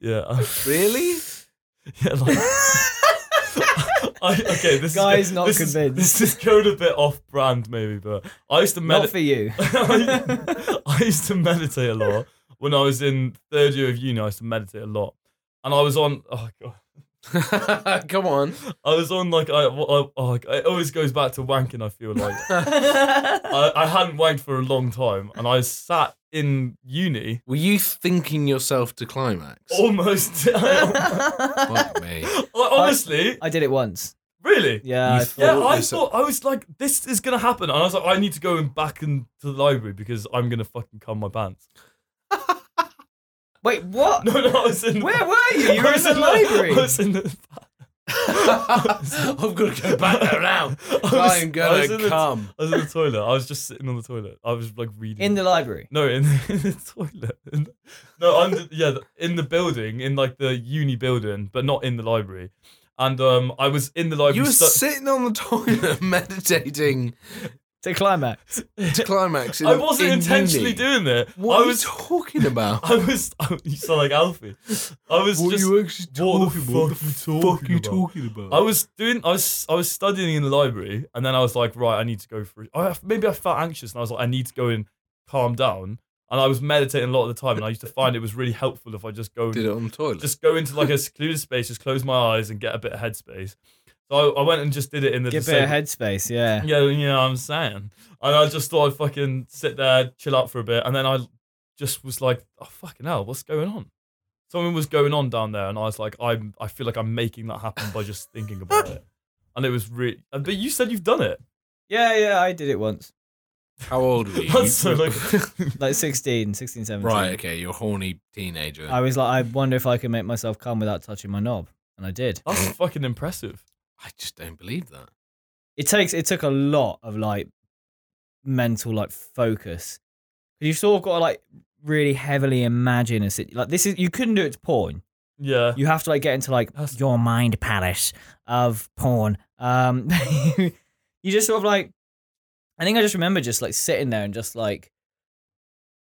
S2: yeah. I-
S3: really?
S2: yeah like, I, okay, this
S1: Guy's
S2: is,
S1: not
S2: this is-
S1: convinced.
S2: this is going a bit off brand, maybe, but I used to
S1: not
S2: meditate.
S1: for you.
S2: I, I used to meditate a lot when I was in third year of uni. I used to meditate a lot, and I was on. Oh god,
S3: Come on.
S2: I was on like I, I, oh, it always goes back to wanking. I feel like I, I hadn't wanked for a long time, and I sat in uni
S3: Were you thinking yourself to climax?
S2: Oh. almost. I-
S3: Fuck me.
S2: honestly,
S1: I did it once.
S2: really.
S1: Yeah, I
S3: You
S1: thought-
S2: Yeah, I
S3: yourse-
S2: thought I was like, this is gonna happen, and I was like, I need to go in back into the library because I'm gonna fucking cum my pants.
S1: Wait, what?
S2: No, no, I was in.
S1: Where were you? You were
S2: I
S1: in
S2: was
S1: the library.
S2: I was in the.
S3: I've got to go back there now.
S2: I was,
S3: I'm
S2: I
S3: gonna
S2: was in the-
S3: come.
S2: I was in the toilet. I was just sitting on the toilet. I was like reading.
S1: In the library.
S2: no, in, in the toilet. In the- no, under, yeah, the- in the building, in like the uni building, but not in the library. And um, I was in the library.
S3: You were
S2: stu-
S3: sitting on the toilet meditating
S1: To climax.
S3: to climax. In,
S2: I wasn't
S3: in
S2: intentionally
S3: uni.
S2: doing it.
S3: What
S2: I
S3: are
S2: was.
S3: you talking about?
S2: I was. you sound like Alfie. I was
S3: what
S2: just.
S3: are you actually
S2: what the
S3: talking about?
S2: fuck you
S3: What the fuck
S2: talking
S3: you
S2: about?
S3: talking about?
S2: I was doing. I was. I was studying in the library, and then I was like, right, I need to go for. I, maybe I felt anxious, and I was like, I need to go and calm down. And I was meditating a lot of the time, and I used to find it was really helpful if I just go,
S3: did it on the toilet.
S2: just go into like a secluded space, just close my eyes and get a bit of headspace. So I, I went and just did it in the.
S1: Get a bit of
S2: disabled-
S1: headspace, yeah.
S2: yeah, you know what I'm saying. And I just thought I'd fucking sit there, chill out for a bit, and then I just was like, oh fucking hell, what's going on? Something was going on down there, and I was like, I'm, I feel like I'm making that happen by just thinking about it. And it was really, but you said you've done it.
S1: Yeah, yeah, I did it once.
S3: How old were you?
S2: That's so like,
S1: Like 16, 16, 17.
S3: right, okay, you're a horny teenager.
S1: I was like, I wonder if I could make myself calm without touching my knob. And I did.
S2: that's fucking impressive.
S3: I just don't believe that.
S1: It takes it took a lot of like mental like focus. 'Cause You've sort of got to like really heavily imagine a situation. Like this is you couldn't do it to porn.
S2: Yeah.
S1: You have to like get into like
S2: That's-
S1: your mind palace of porn. Um, you just sort of like, I think I just remember just like sitting there and just like,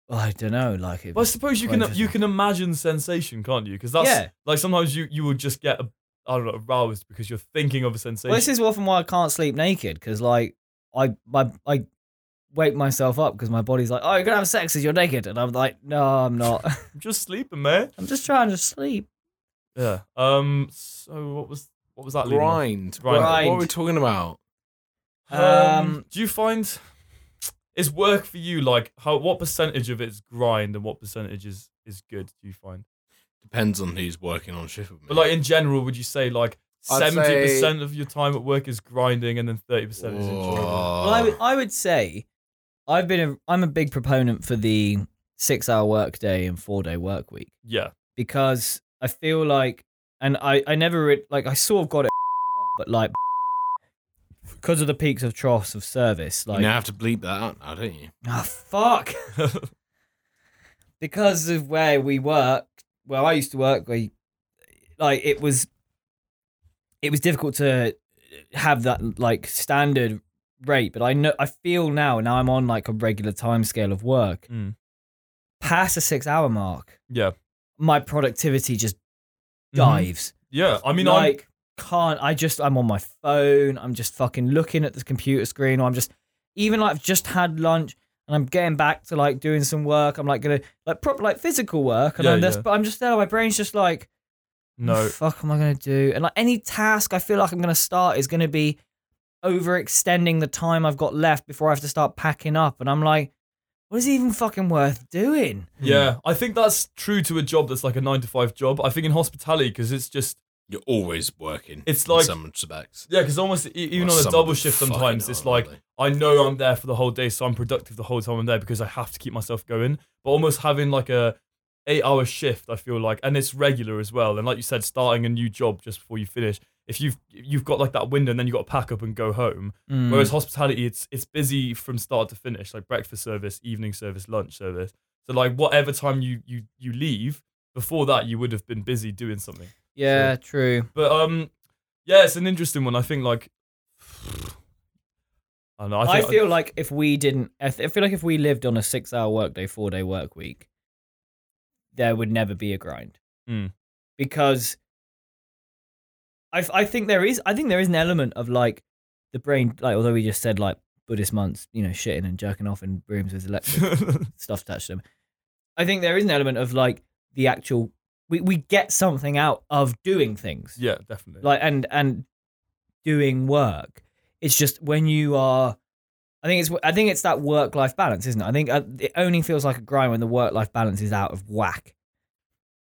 S1: I don't know, like it
S2: But I
S1: was,
S2: suppose you
S1: Quite
S2: can you can imagine sensation, can't you? Because that's
S1: yeah.
S2: like sometimes you you will just get I I don't know aroused because you're thinking of a sensation.
S1: Well, this is often why I can't sleep naked because like I my I wake myself up because my body's like, oh, you're gonna have sex as you're naked, and I'm like, no, I'm not.
S2: I'm just sleeping, man.
S1: I'm just trying to sleep.
S2: Yeah. Um. So what was what was that? leading off?
S3: Grind.
S2: Grind.
S3: What, what are we
S1: Grind.
S3: talking about?
S2: Um,
S1: Um,
S2: do you find is work for you like how what percentage of it's grind and what percentage is is good? Do you find?
S3: Depends on who's working on shift with me.
S2: But like in general, would you say like
S3: I'd
S2: seventy percent of your time at work is grinding and then thirty percent is enjoyable?
S1: Well, I would I would say I've been a, I'm a big proponent for the six hour work day and four day work week.
S2: Yeah.
S1: because I feel like, and I, I never re- like I sort of got it, but like because of the peaks of troughs of service,
S3: you
S1: like
S3: now have to bleep that out now, don't you?
S1: ah fuck, because of where we work, where I used to work, we like it was, it was difficult to have that like standard rate, but I know I feel now, now I'm on like a regular time scale of work,
S2: Mm.
S1: past the six hour mark,
S2: yeah.
S1: my productivity just
S2: Mhm.
S1: dives.
S2: Yeah. I mean, I'm
S1: like can't I just I'm on my phone, I'm just fucking looking at the computer screen, or I'm just even like I've just had lunch and I'm getting back to like doing some work. I'm like gonna like prop like physical work and
S2: Yeah,
S1: I'm just
S2: yeah.
S1: but I'm just there, my brain's just like what
S2: no.
S1: the fuck am I gonna do? And like any task I feel like I'm gonna start is gonna be overextending the time I've got left before I have to start packing up. And I'm like, what is it even fucking worth doing?
S2: Yeah, I think that's true to a job that's like a nine to five job. I think in hospitality because it's just
S3: You're always working.
S2: It's
S3: in
S2: like-
S3: some respects.
S2: yeah, because almost e- even
S3: Well,
S2: on a
S3: some
S2: double
S3: of them
S2: shift
S3: fucking
S2: sometimes it's
S3: aren't,
S2: like
S3: are they?
S2: I know I'm there for the whole day, so I'm productive the whole time I'm there because I have to keep myself going. But almost having like a eight hour shift, I feel like, and it's regular as well. And like you said, starting a new job just before you finish, if you've you've got like that window and then you got to pack up and go home.
S1: Mm.
S2: Whereas hospitality, it's it's busy from start to finish, like breakfast service, evening service, lunch service. So like whatever time you you you leave, before that you would have been busy doing something.
S1: yeah, true.
S2: But um, yeah, it's an interesting one. I think like. I don't know.
S1: I,
S2: I, think
S1: feel like if we didn't, I, th- I feel like if we lived on a six-hour workday, four-day work week, there would never be a grind
S2: Mm.
S1: because I, f- I think there is, I think there is an element of like the brain, like although we just said like Buddhist monks, you know, shitting and jerking off in rooms with electric stuff attached to them. I think there is an element of like the actual we, we get something out of doing things
S2: yeah, definitely.
S1: like and and doing work it's just when you are i think it's i think it's that work life balance isn't it i think uh, it only feels like a grind when the work life balance is out of whack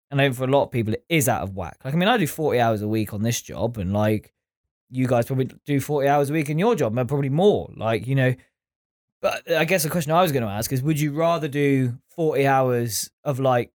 S1: and I think for a lot of people it is out of whack like i mean i do 40 hours a week on this job and like you guys probably do 40 hours a week in your job and probably more like you know but uh, i guess the question i was going to ask is would you rather do 40 hours of like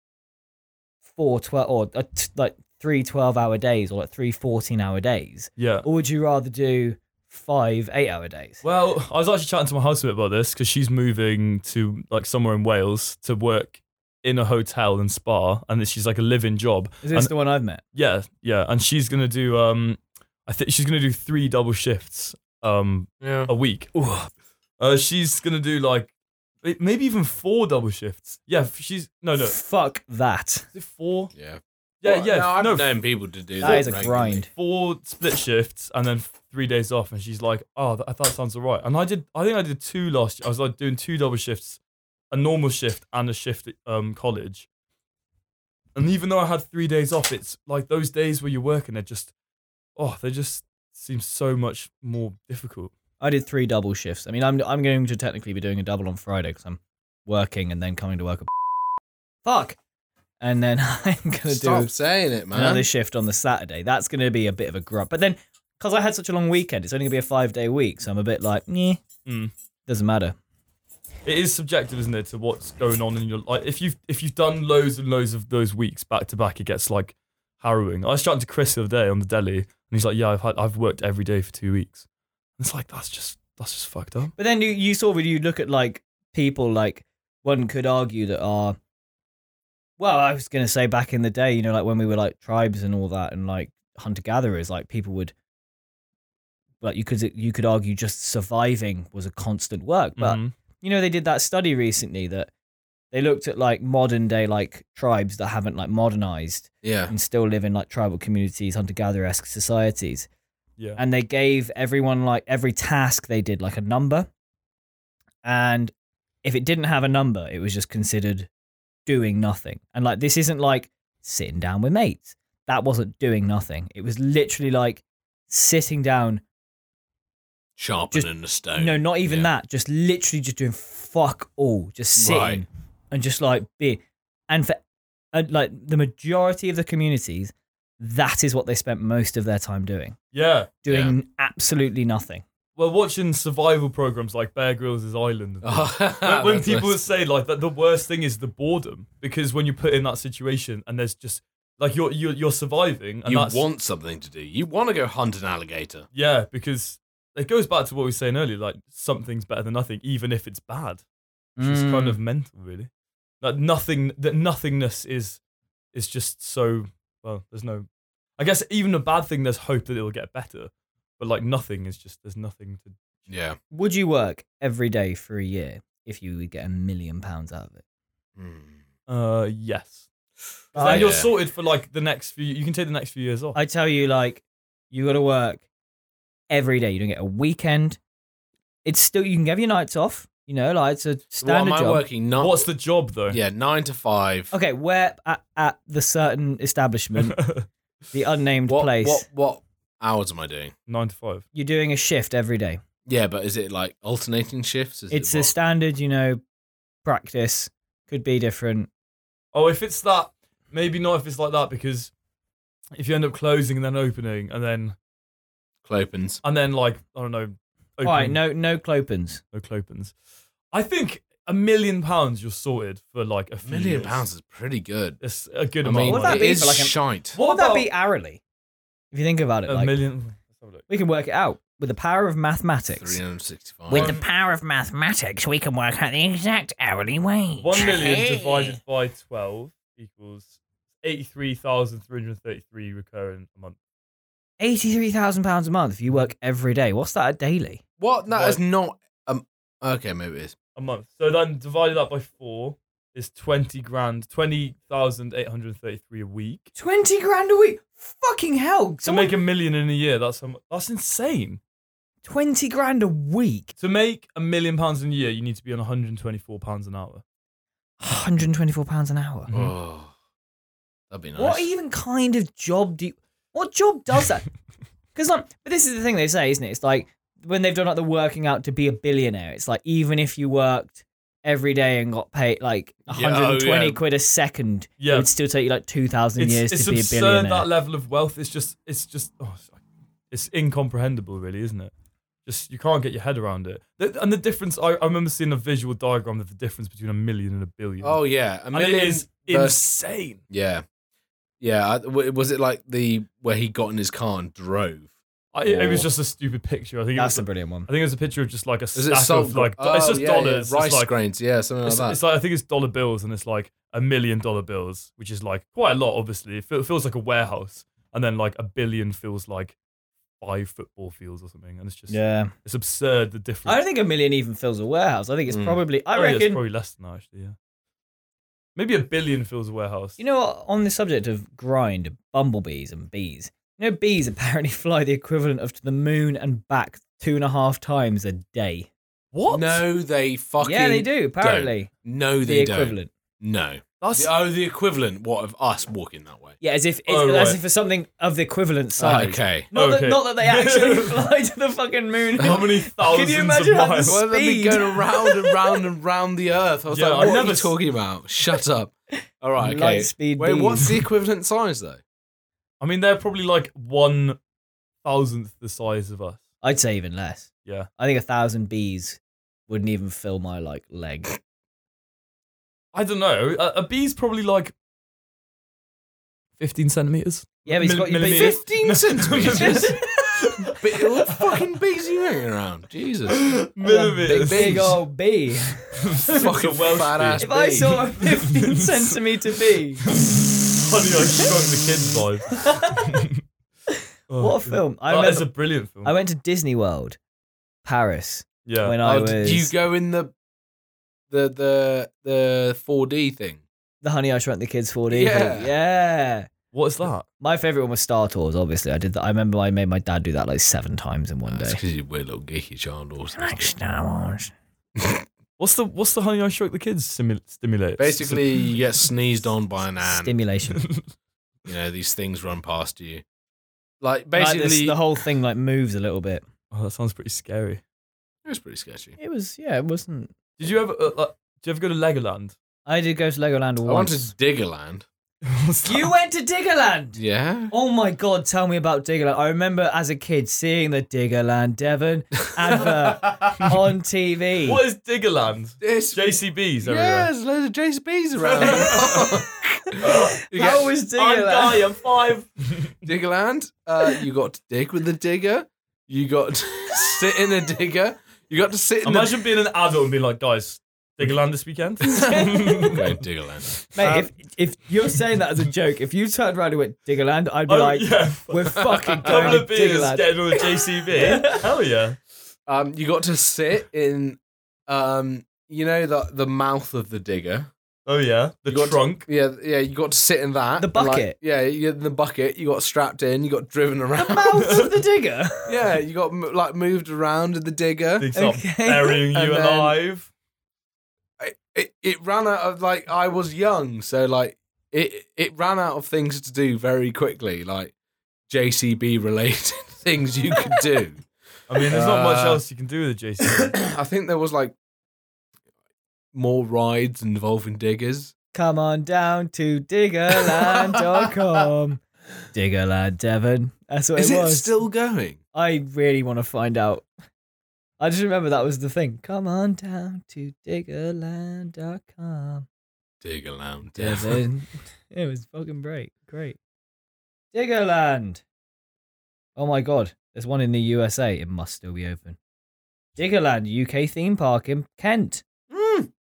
S1: four 12 or uh, t- like three 12 hour days or like three 14 hour days?
S2: Yeah.
S1: Or would you rather do five eight hour days?
S2: Well, I was actually chatting to my housemate about this because she's moving to like somewhere in Wales to work in a hotel and spa, and she's like a living job.
S1: Is this the one I've met?
S2: Yeah, yeah, and she's gonna do um, I think she's gonna do three double shifts um
S3: Yeah.
S2: a week. Uh, she's gonna do like may- maybe even four double shifts. Yeah, f- she's no no. Is
S1: Fuck that.
S2: it four?
S3: Yeah.
S2: Yeah,
S3: Well,
S2: yeah.
S3: No, I've
S2: no,
S3: known people to do that.
S1: That is a
S3: regularly.
S1: grind.
S2: four split shifts and then three days off and she's like oh that, that sounds all right and i did i think i did two last year i was like doing two double shifts a normal shift and a shift at um, college and even though i had three days off it's like those days where you're working they're just oh they just seem so much more difficult
S1: I did three double shifts. I mean, I'm I'm going to technically be doing a double on Friday because I'm working and then coming to work. At fuck, and then I'm gonna
S3: Stop
S1: do
S3: saying it, man.
S1: another shift on the Saturday. That's gonna be a bit of a grunt. But then, because I had such a long weekend, it's only gonna be a five day week, so I'm a bit like, meh,
S3: Hmm.
S2: Mm.
S1: doesn't matter.
S2: it is subjective isn't it to what's going on in your life if you've if you've done loads and loads of those weeks back to back it gets like harrowing i was chatting to chris the other day on the deli and he's like yeah i've had i've worked every day for two weeks And it's like that's just that's just fucked up
S1: But then you you sort of you look at like people like one could argue that are. Well, I was gonna say back in the day, you know, like when we were like tribes and all that, and like hunter gatherers, like people would. Like you could you could argue just surviving was a constant work, but
S2: Mhm.
S1: you know they did that study recently that they looked at like modern day like tribes that haven't like modernized
S3: Yeah.
S1: and still live in like tribal communities, hunter gatherer esque societies,
S2: yeah
S1: and they gave everyone like every task they did like a number and if it didn't have a number it was just considered doing nothing and like this isn't like sitting down with mates that wasn't doing nothing it was literally like sitting down
S3: Sharpening the stone.
S1: no not even
S3: Yeah.
S1: that just literally just doing fuck all just sitting
S3: Right.
S1: and just like be and for and like the majority of the communities that is what they spent most of their time doing
S2: yeah
S1: doing absolutely nothing
S2: well watching survival programs like bear grylls island when, when
S3: Oh, That's
S2: people
S3: nice.
S2: say like that, the worst thing is the boredom because when you put in that situation and there's just like you're you're, you're surviving and
S3: you
S2: that's
S3: want something to do. You want to go hunt an alligator.
S2: Yeah, because it goes back to what we were saying earlier. Like something's better than nothing, even if it's bad. Which is kind
S3: Mm.
S2: of mental, really. Like nothing, that nothingness is is just so well. There's no. I guess even a bad thing, there's hope that it'll get better. But like nothing is just there's nothing to.
S3: Yeah.
S1: Would you work every day for a year if you would get a million pounds out of it?
S3: Hmm.
S2: Uh, yes. 'Cause
S1: I-
S2: then you're
S3: Ah, yeah.
S2: sorted for like the next few. You can take the next few years off.
S1: I tell you, like, you got to work every day. You don't get a weekend. It's still you can have your nights off. You know, like it's a
S3: What
S1: standard
S3: am I
S1: job.
S3: working? Not
S2: What's the job though?
S3: yeah, nine to five.
S1: Okay, where at, at the certain establishment, the unnamed
S3: What,
S1: place,
S3: what what hours am I doing?
S2: Nine to five.
S1: you're doing a shift every day.
S3: Yeah, but is it like alternating shifts? Is
S1: It's
S3: it
S1: a
S3: what?
S1: standard, you know, practice. Could be different.
S2: Oh, if it's that, maybe not if it's like that because if you end up closing and then opening and then
S3: Clopens.
S2: and then like I don't know,
S1: All
S2: open,
S1: right, no, no clopens.
S2: no clopens. I think a million pounds you're sorted for like a
S3: A
S2: few
S3: million
S2: years.
S3: pounds is pretty good.
S2: It's a good
S3: I
S2: amount.
S3: mean,
S2: of
S1: What would
S2: money.
S1: that
S3: it
S1: be
S3: is
S1: for like a-
S3: shite.
S1: What would that
S2: about
S1: be hourly? If you think about it,
S2: A
S1: like
S2: million. Let's have a look.
S1: we can work it out with the power of mathematics.
S3: 365.
S4: With the
S2: Um,
S4: power of mathematics, we can work out the exact hourly wage.
S2: One million
S4: Hey.
S2: divided by twelve equals eighty-three thousand three hundred thirty-three recurring a month.
S1: Eighty-three thousand pounds a month if you work every day. What's that a daily?
S3: what? No,
S2: What?
S3: it's not. Um, okay, maybe it is.
S2: A month. So then divided that by four is twenty grand, twenty thousand eight hundred thirty-three a week.
S1: Twenty grand a week. Fucking hell!
S2: To make a million in a year, that's how mu- that's insane.
S1: twenty grand a week.
S2: To make a million pounds in a year, you need to be on 124 pounds an hour.
S1: One hundred and twenty-four pounds an hour.
S2: Mhm.
S3: Oh, that'd be nice.
S1: What even kind of job do? You, what job does that? Because like, but this is the thing they say, isn't it? It's like when they've done like the working out to be a billionaire. It's like even if you worked every day and got paid like
S3: Yeah, oh,
S1: 120
S3: yeah.
S1: quid a second, it
S2: Yeah.
S1: would still take you like 2,000 years
S2: it's
S1: to be a
S2: absurd
S1: billionaire.
S2: that level of wealth. It's just it's just oh, it's- it's incomprehensible, really, isn't it? Just you can't get your head around it. Th- And the difference, I, I remember seeing a visual diagram of the difference between a million and a billion.
S3: Oh yeah, a
S2: and it
S3: Oh, million.
S2: is
S3: versus-
S2: insane.
S3: yeah, Yeah, I- w- was it like the where he got in his car and drove?
S2: I, it was
S1: Oh.
S2: just a stupid picture. I think it
S1: That's
S2: was,
S1: a brilliant one.
S2: I think it was a picture of just like a
S3: Is it
S2: stack
S3: salt?
S2: of like
S3: oh,
S2: it's just
S3: yeah, yeah,
S2: dollars.
S3: rice
S2: It's like
S3: grains. Yeah, something like
S2: it's,
S3: that.
S2: it's like I think it's dollar bills and it's like a million dollar bills, which is like quite a lot. Obviously, it feel- feels like a warehouse, and then like a billion feels like five football fields or something, and it's just
S1: Yeah.
S2: it's absurd the
S1: I
S2: difference.
S1: don't think a million even fills a warehouse. I think it's
S3: Mm.
S1: probably, I
S2: Oh, yeah, it's
S1: reckon,
S2: probably less than that actually. Yeah, maybe a billion fills a warehouse.
S1: you know what, on the subject of grind, bumblebees and bees, you know, bees apparently fly the equivalent of to the moon and back two and a half times a day.
S2: what?
S3: No, they fucking.
S1: yeah, they do, apparently.
S3: No,
S1: The
S3: they
S1: equivalent.
S3: don't. No.
S2: that's
S3: The- oh, the equivalent. What of us walking that way? Ah,
S1: Yeah, as if, it's,
S2: Oh,
S1: as
S2: right.
S1: if it's something of the equivalent size.
S3: okay.
S1: Not,
S2: Okay. Oh.
S1: that, not that they actually fly to the fucking moon.
S2: how many
S1: Can
S2: thousands
S1: you imagine how
S2: of
S1: the
S2: miles?
S1: Well, they've been Speed. going
S3: going round and round and round the earth. I was
S2: Yeah, like,
S3: like,
S2: I've "What
S3: what
S2: are
S3: are
S2: never you
S3: you
S2: s-
S3: talking about? Shut up. All right, okay.
S1: Light speed
S3: Wait,
S1: bees.
S3: what's the equivalent size though?
S2: I mean, they're probably like one thousandth the size of us.
S1: I'd say even less.
S2: Yeah.
S1: I think a thousand bees wouldn't even fill my like leg.
S2: I don't know. A, a bee's probably like fifteen centimeters.
S1: Yeah, but he's
S2: Mill-
S1: got your
S2: millimeters.
S1: bees.
S3: Fifteen centimeters.
S1: Big
S3: but all fucking bees you hanging around. Jesus.
S2: Millimeters.
S3: Big
S1: old bee.
S3: Fucking fat ass.
S1: If I saw a 15 centimeter bee,
S2: Funny, I shrunk the kids' vibe. Oh,
S1: what a
S2: God.
S1: film! I
S2: That is
S1: remember
S2: a brilliant film.
S1: I went to Disney World, Paris,
S2: yeah.
S1: when I
S3: Oh,
S1: was
S3: did you go in the the the the 4D thing?
S1: the Honey I Shrunk the Kids 4D.
S3: Yeah.
S1: thing. yeah.
S2: What's that?
S1: My favorite one was Star Tours. Obviously, I did that. I remember I made my dad do that like seven times in one
S3: That's
S1: day.
S3: because you're a weird little geeky child. Or something.
S4: Like Star Wars.
S2: What's the What's the Honey I Shrunk the Kids simul- stimulator?
S3: Basically, you get sneezed on by an ant.
S1: Stimulation.
S3: you know, these things run past you. Like
S1: Like, this-
S3: basically,
S1: the whole thing like moves a little bit.
S2: oh, that sounds pretty scary.
S3: it was pretty sketchy.
S1: It was yeah. It wasn't.
S2: Did you ever uh, like, Did you ever go to Legoland?
S1: I did go to Legoland
S3: I
S1: once.
S3: wanted Diggerland.
S2: What's that?
S1: You went to Diggerland.
S3: Yeah.
S1: Oh my god, tell me about Diggerland. I remember as a kid seeing the Diggerland Devon advert on TV.
S2: What is Diggerland?
S3: It's
S2: JCBs
S3: yeah,
S2: everywhere.
S3: there's loads of JCBs around. You
S1: How
S3: get
S1: was
S2: I'm Guy.
S1: Diggerland?
S2: I'm five.
S3: Diggerland. Uh, you got to dig with the digger. You got to sit in a digger. You got to sit in
S2: Imagine being an adult and being like, guys, Diggerland this weekend.
S3: the. Okay, Diggerland.
S1: Mate, if, if you're saying that as a joke, if you turned around and went Diggerland, I'd be
S2: Oh,
S1: like,
S2: yeah.
S1: we're fucking
S2: couple
S1: going
S2: of
S1: to
S2: beers
S1: Diggerland.
S2: getting on the JCB. Hell yeah.
S3: Um, you got to sit in, um, you know the the mouth of the digger.
S2: Oh yeah. The
S3: You got-
S2: trunk.
S3: Yeah, yeah, you got to sit in that.
S1: The
S3: and, like,
S1: bucket.
S3: yeah, you in the bucket. You got strapped in. You got driven around.
S1: The mouth of the digger.
S3: yeah, you got mo- like moved around in the digger.
S2: They start
S1: Okay.
S2: burying you
S3: And then-
S2: alive.
S3: It, it, it ran out of like I was young, so like it it ran out of things to do very quickly, like JCB related things you could do.
S2: I mean, there's not much
S3: Uh,
S2: else you can do with a JCB.
S3: I think there was like more rides involving diggers.
S1: Come on down to diggerland.com. Diggerland Devon. That's what
S3: Is
S1: it
S3: it
S1: was.
S3: still going?
S1: I really want to find out. I just remember that was the thing. Come on down to diggerland.com.
S3: Digger Lounge.
S1: Devin. it was fucking great. Great. Diggerland. Oh my god. There's one in the USA. It must still be open. Diggerland UK theme park in Kent.
S3: Mm.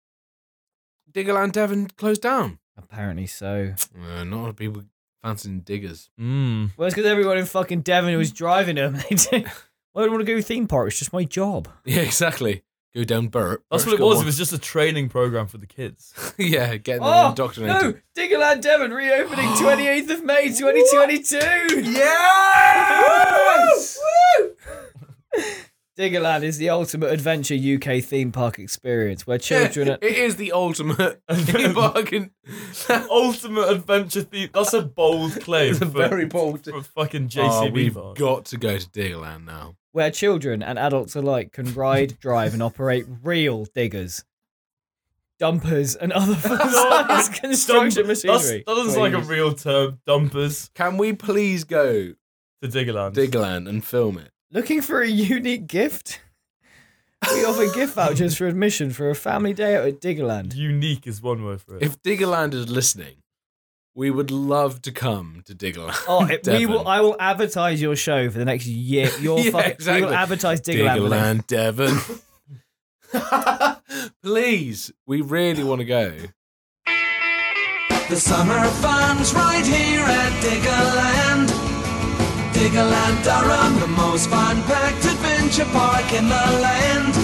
S3: Diggerland Devon closed down.
S1: Apparently so.
S3: Uh, not a lot of people fancying diggers.
S2: Mm.
S1: Well, it's because everyone in fucking Devon was driving them. They did. I don't want to go to theme park. It's just my job.
S3: Yeah, exactly. Go down Burt.
S2: That's what it was. It was just a training program for the kids.
S3: yeah, getting them
S1: Oh,
S3: indoctrinated.
S1: No, Diggerland Devon reopening 28th of May 2022.
S3: Yes!
S1: Diggerland is the ultimate adventure UK theme park experience where children.
S3: it is the ultimate theme park. in-
S2: Ultimate adventure theme. That's a bold claim.
S3: It's a
S2: for,
S3: very bold-
S2: for fucking
S3: Oh,
S2: JCB.
S3: we've
S2: bar.
S3: got to go to Diggerland now.
S1: where children and adults alike can ride, drive, and operate real diggers, dumpers, and other full-size construction
S2: Dump- that's-
S1: machinery.
S2: That doesn't sound like a
S1: Please.
S2: real term. Dumpers
S3: Can we please go
S2: to Diggerland.
S3: Diggerland and film it?
S1: Looking for a unique gift? We offer gift vouchers for admission for a family day out at Diggerland.
S2: Unique is one word for it.
S3: If Diggerland is listening, We would love to come to Diggle.
S1: Oh, it, we
S3: Devon.
S1: will. I will advertise your show for the next year. Your
S3: Yeah,
S1: fucking. We
S3: exactly.
S1: will advertise Diggle Land.
S3: Diggerland, Devon. Please, we really want to go.
S5: The summer fun's right here at Diggerland. Diggerland Durham, the most fun-packed adventure park in the land.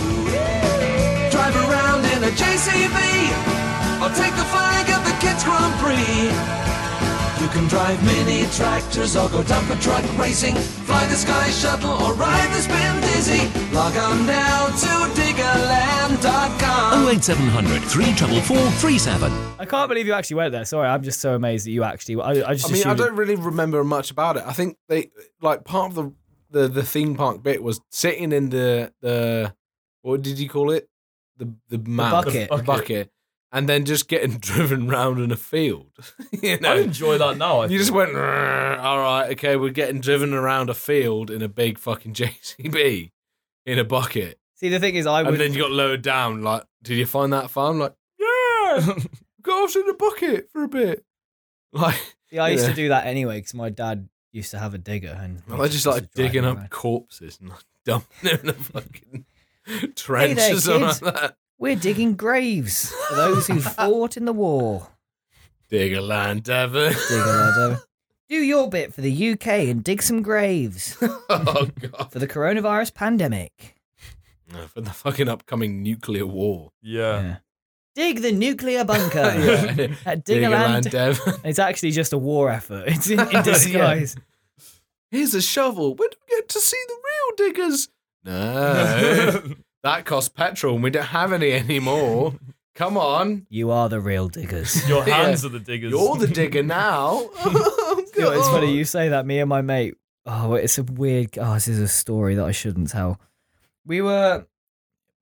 S5: Drive around in a JCB, or take the flag of the Kids Grand Prix. You can drive mini tractors or go dumper truck racing, fly the sky shuttle or ride the spin dizzy. Log on now to diggerland.com.
S6: 08700 344 37.
S1: I can't believe you actually went there. Sorry, I'm just so amazed that you actually. I, I just.
S3: I mean, I
S1: assumed-
S3: don't really remember much about it. I think they like part of the the, the theme park bit was sitting in the the what did you call it? The the, map,
S1: bucket.
S3: the bucket, and then just getting driven round in a field. you
S2: I
S3: know,
S2: enjoy that now. I
S3: you
S2: think.
S3: just went. "Rrr, All right, okay, we're getting driven around a field in a big fucking JCB in a bucket,
S1: See, the thing is, I
S3: and
S1: would.
S3: then you got lowered down. Like, did you find that fun? Like, yeah, got us in a bucket for a bit. Like,
S1: yeah, I used
S3: yeah.
S1: to do that anyway because my dad used to have a digger and.
S3: Well, I just
S1: used
S3: like
S1: to drive
S3: digging
S1: him
S3: up
S1: around.
S3: corpses and like, dumping them in the fucking trench or something
S1: kids.
S3: like that.
S1: We're digging graves for those who fought in the war.
S3: Digger land, Devon.
S1: Digger Land, Devon. Do your bit for the UK and dig some graves
S3: oh god,
S1: for the coronavirus pandemic.
S3: No, for the fucking upcoming nuclear war.
S2: yeah.
S1: Yeah. Dig the nuclear bunker
S3: Yeah.
S1: at
S3: Digger
S1: Diggerland.
S3: land, Devon.
S1: It's actually just a war effort. It's in, in
S3: Yeah.
S1: disguise.
S3: Here's a shovel. When do we get to see the real diggers? No, that costs petrol, and we don't have any anymore. Come on,
S1: You are the real diggers.
S2: Your
S3: Yeah.
S2: hands are the diggers.
S3: you're the digger now.
S1: You know, it's
S3: Uh-uh.
S1: funny you say that. Me and my mate. Oh, it's a weird. Oh, this is a story that I shouldn't tell. We were,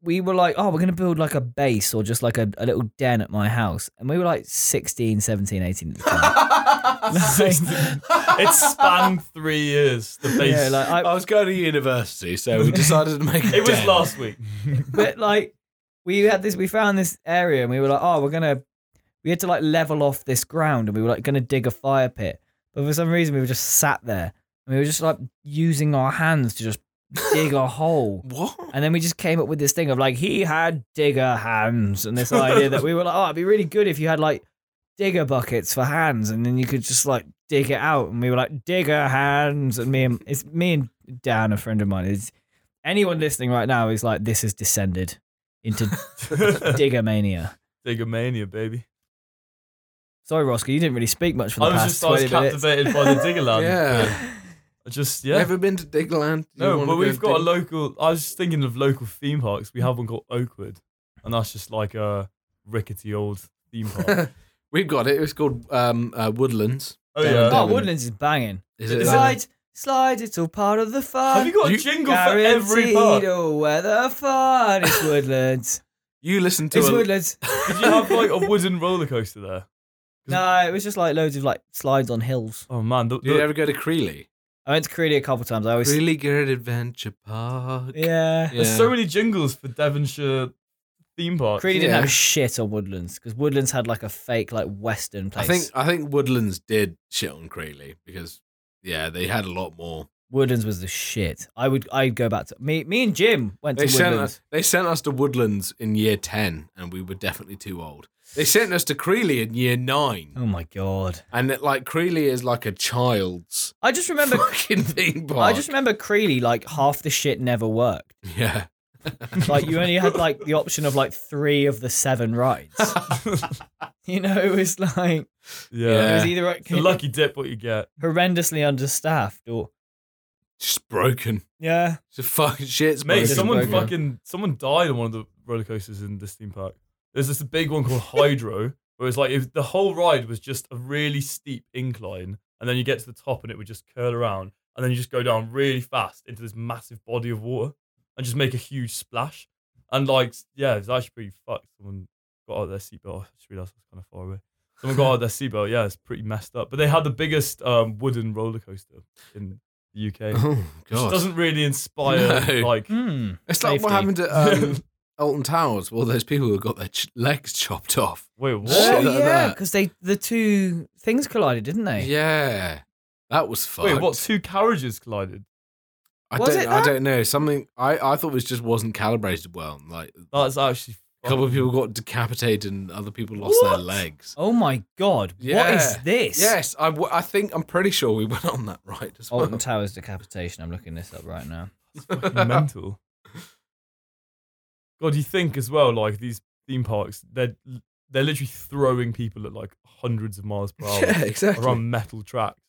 S1: we were like, oh, we're gonna build like a base or just like a, a little den at my house, and we were like 16, 17, 18 at the time. Like-
S2: it spanned three years. The base.
S1: yeah, like I,
S3: I was going to university, so we decided to make a
S2: it was
S3: den.
S2: last week.
S1: but like we had this we found this area and we were like oh we're gonna we had to like level off this ground and we were like gonna dig a fire pit but for some reason we were just sat there and we were just like using our hands to just dig a hole
S3: What?
S1: and then we just came up with this thing of like he had digger hands and this idea that we were like oh it'd be really good if you had like digger buckets for hands and then you could just like dig it out and we were like digger hands and me and it's me and Dan a friend of mine is anyone listening right now is like this has descended into digger mania
S2: Diggermania, baby.
S1: sorry Roscoe you didn't really speak much for the
S2: I was
S1: past
S2: just I was
S1: 20 minutes
S2: captivated by the Diggerland.
S3: Yeah.
S2: I just yeah.
S3: Never been to Digland.
S2: no, but we've got a local. I was just thinking of local theme parks. We have one called Oakwood, and that's just like a rickety old theme park.
S3: We've got it. It's called um, uh, Woodlands.
S2: oh
S3: Down
S2: yeah.
S3: there.
S1: oh Woodlands is banging
S3: Is
S2: it-
S1: slide slide it's all part of the fun
S2: Have you got a
S3: You-
S2: jingle for every park?
S1: Guaranteed all weather fun it's Woodlands
S3: You listen to
S1: It's
S3: a,
S1: woodlands.
S2: Did you have like a wooden roller coaster there?
S1: No, it was just like loads of like slides on hills.
S2: Oh man, the, the,
S3: Did you ever go to Creeley?
S1: I went to Creedy a couple times. I always
S3: Creeley Good Adventure Park.
S1: yeah.
S2: there's so many jingles for Devonshire theme parks.
S1: Creedy didn't
S3: Yeah.
S1: have shit on Woodlands because Woodlands had like a fake like Western
S3: I
S1: place.
S3: think I think Woodlands did shit on Creeley because yeah, they had a lot more.
S1: Woodlands was the shit. I would I'd go back to me me and Jim went
S3: They
S1: to
S3: sent
S1: Woodlands.
S3: us, they sent us to Woodlands in year ten, and we were definitely too old. They sent us to Creeley in year nine,
S1: Oh my god!
S3: and it, like Creeley is like a child's
S1: I just remember
S3: fucking theme park.
S1: I just remember Creedy like half the shit never worked.
S3: yeah.
S1: Like you only had like the option of like three of the seven rides. you know, it was like it
S2: Yeah.
S1: was
S3: Yeah.
S1: either like,
S2: It's a lucky dip what you get.
S1: horrendously understaffed or
S3: just broken.
S1: yeah.
S3: It's a fucking shit. It's
S2: Mate,
S3: broken.
S2: someone
S1: Broken.
S2: fucking someone died on one of the roller coasters in this theme park. There's this big one called Hydro, where it's like if the whole ride was just a really steep incline, and then you get to the top and it would just curl around, and then you just go down really fast into this massive body of water and just make a huge splash. And like, yeah, it's actually pretty fucked. Someone got out of their seatbelt. Oh, I just realised I was kind of far away. Someone got out of their seatbelt. Yeah, it's pretty messed up. But they had the biggest um, wooden roller coaster in the UK.
S3: Oh
S2: Which
S3: god!
S2: doesn't really inspire
S3: No.
S2: like
S1: Hmm.
S3: it's like what
S1: safety.
S3: happened at um, Elton Towers, well, those people who got their ch- legs chopped off.
S2: Wait, what?
S1: Oh
S3: Shit like
S1: yeah,
S3: that.
S1: because they the two things collided, didn't they?
S3: Yeah, that was fun.
S2: Wait, what? Two carriages collided.
S3: I
S1: Was
S3: don't,
S1: it
S3: I
S1: that?
S3: don't know. Something I, I thought it was just wasn't calibrated well. and, Like
S2: That's actually.
S3: a couple of people got decapitated and other people lost their
S2: What?
S3: legs.
S1: Oh my god, what is
S3: Yeah.
S1: this?
S3: Yes, I, w- I think I'm pretty sure we went on that right as well.
S1: Alton Towers decapitation. I'm looking this up right now.
S2: fucking mental. God, you think as well, like these theme parks, they're they're literally throwing people at like hundreds of miles per hour
S3: yeah, exactly.
S2: around metal tracks.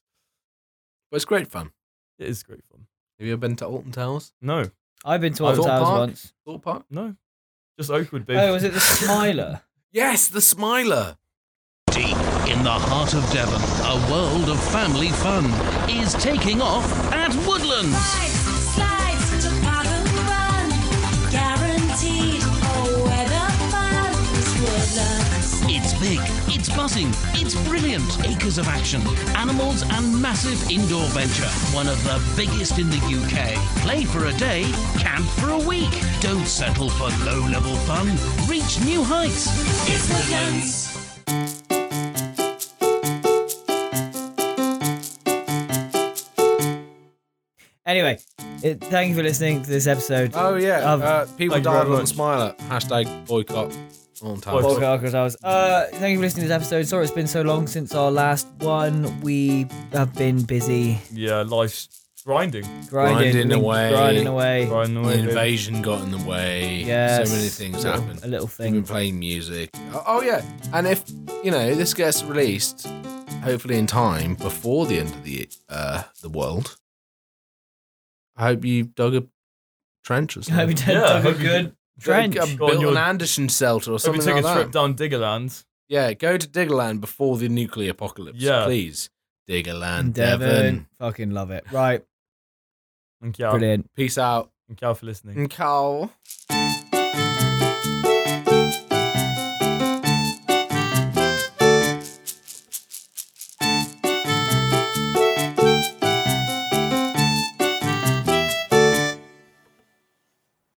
S3: But it's great fun.
S2: It is great fun.
S3: Have you ever been to Alton Towers?
S2: No,
S1: I've been to
S3: I
S1: Alton
S3: thought
S1: Towers
S3: Park-
S1: once.
S3: Thought Park?
S2: no, just Oakwood, baby.
S1: Oh, was it the Smiler?
S3: Yes, the Smiler.
S6: Deep in the heart of Devon, a world of family fun is taking off at Woodlands.
S7: Slides to park and run, guaranteed a weather fun. It's Woodlands.
S6: It's big, it's buzzing, it's brilliant. Acres of action, animals, and massive indoor venture. One of the biggest in the UK. Play for a day, camp for a week. Don't settle for low level fun. Reach new heights.
S7: It's Woodlands.
S1: Anyway, it, thank you for listening to this episode.
S3: Oh yeah,
S1: Of,
S3: uh, people
S2: thank you
S3: died
S2: very
S3: on the
S2: much.
S3: Smiler. Hashtag boycott Alton Towers.
S1: Paul Gargoyles Hours. Uh, thank you for listening to this episode. Sorry it's been so long since our last one. We have been busy
S2: yeah, life's grinding.
S1: grinding,
S3: Grinding away.
S1: grinding away.
S2: Grinding away,
S3: The
S2: baby.
S3: invasion got in the way.
S1: Yes.
S3: So many things
S1: Little-
S3: happened.
S1: A little
S3: We've been
S1: thing.
S3: playing music. Oh, oh, yeah, and if you know this gets released, hopefully in time before the end of the uh, the world. I hope you dug a trench or
S1: I hope you
S3: something.
S1: dug
S2: Yeah, I
S1: a
S2: hope you
S1: good
S2: did-
S1: trench.
S3: Dug- uh,
S2: Go on
S3: built
S2: your-
S3: an Anderson shelter or
S2: Hope you
S3: something
S2: took
S3: like
S2: a
S3: that.
S2: trip down Diggerland.
S3: Yeah, go to Diggerland before the nuclear apocalypse.
S2: Yeah.
S3: please. Diggerland,
S1: And
S3: Devon.
S1: Devon. Fucking love it. Right.
S2: Thank you,
S1: Brilliant.
S3: Peace out.
S2: thank you for listening.
S3: And Carl.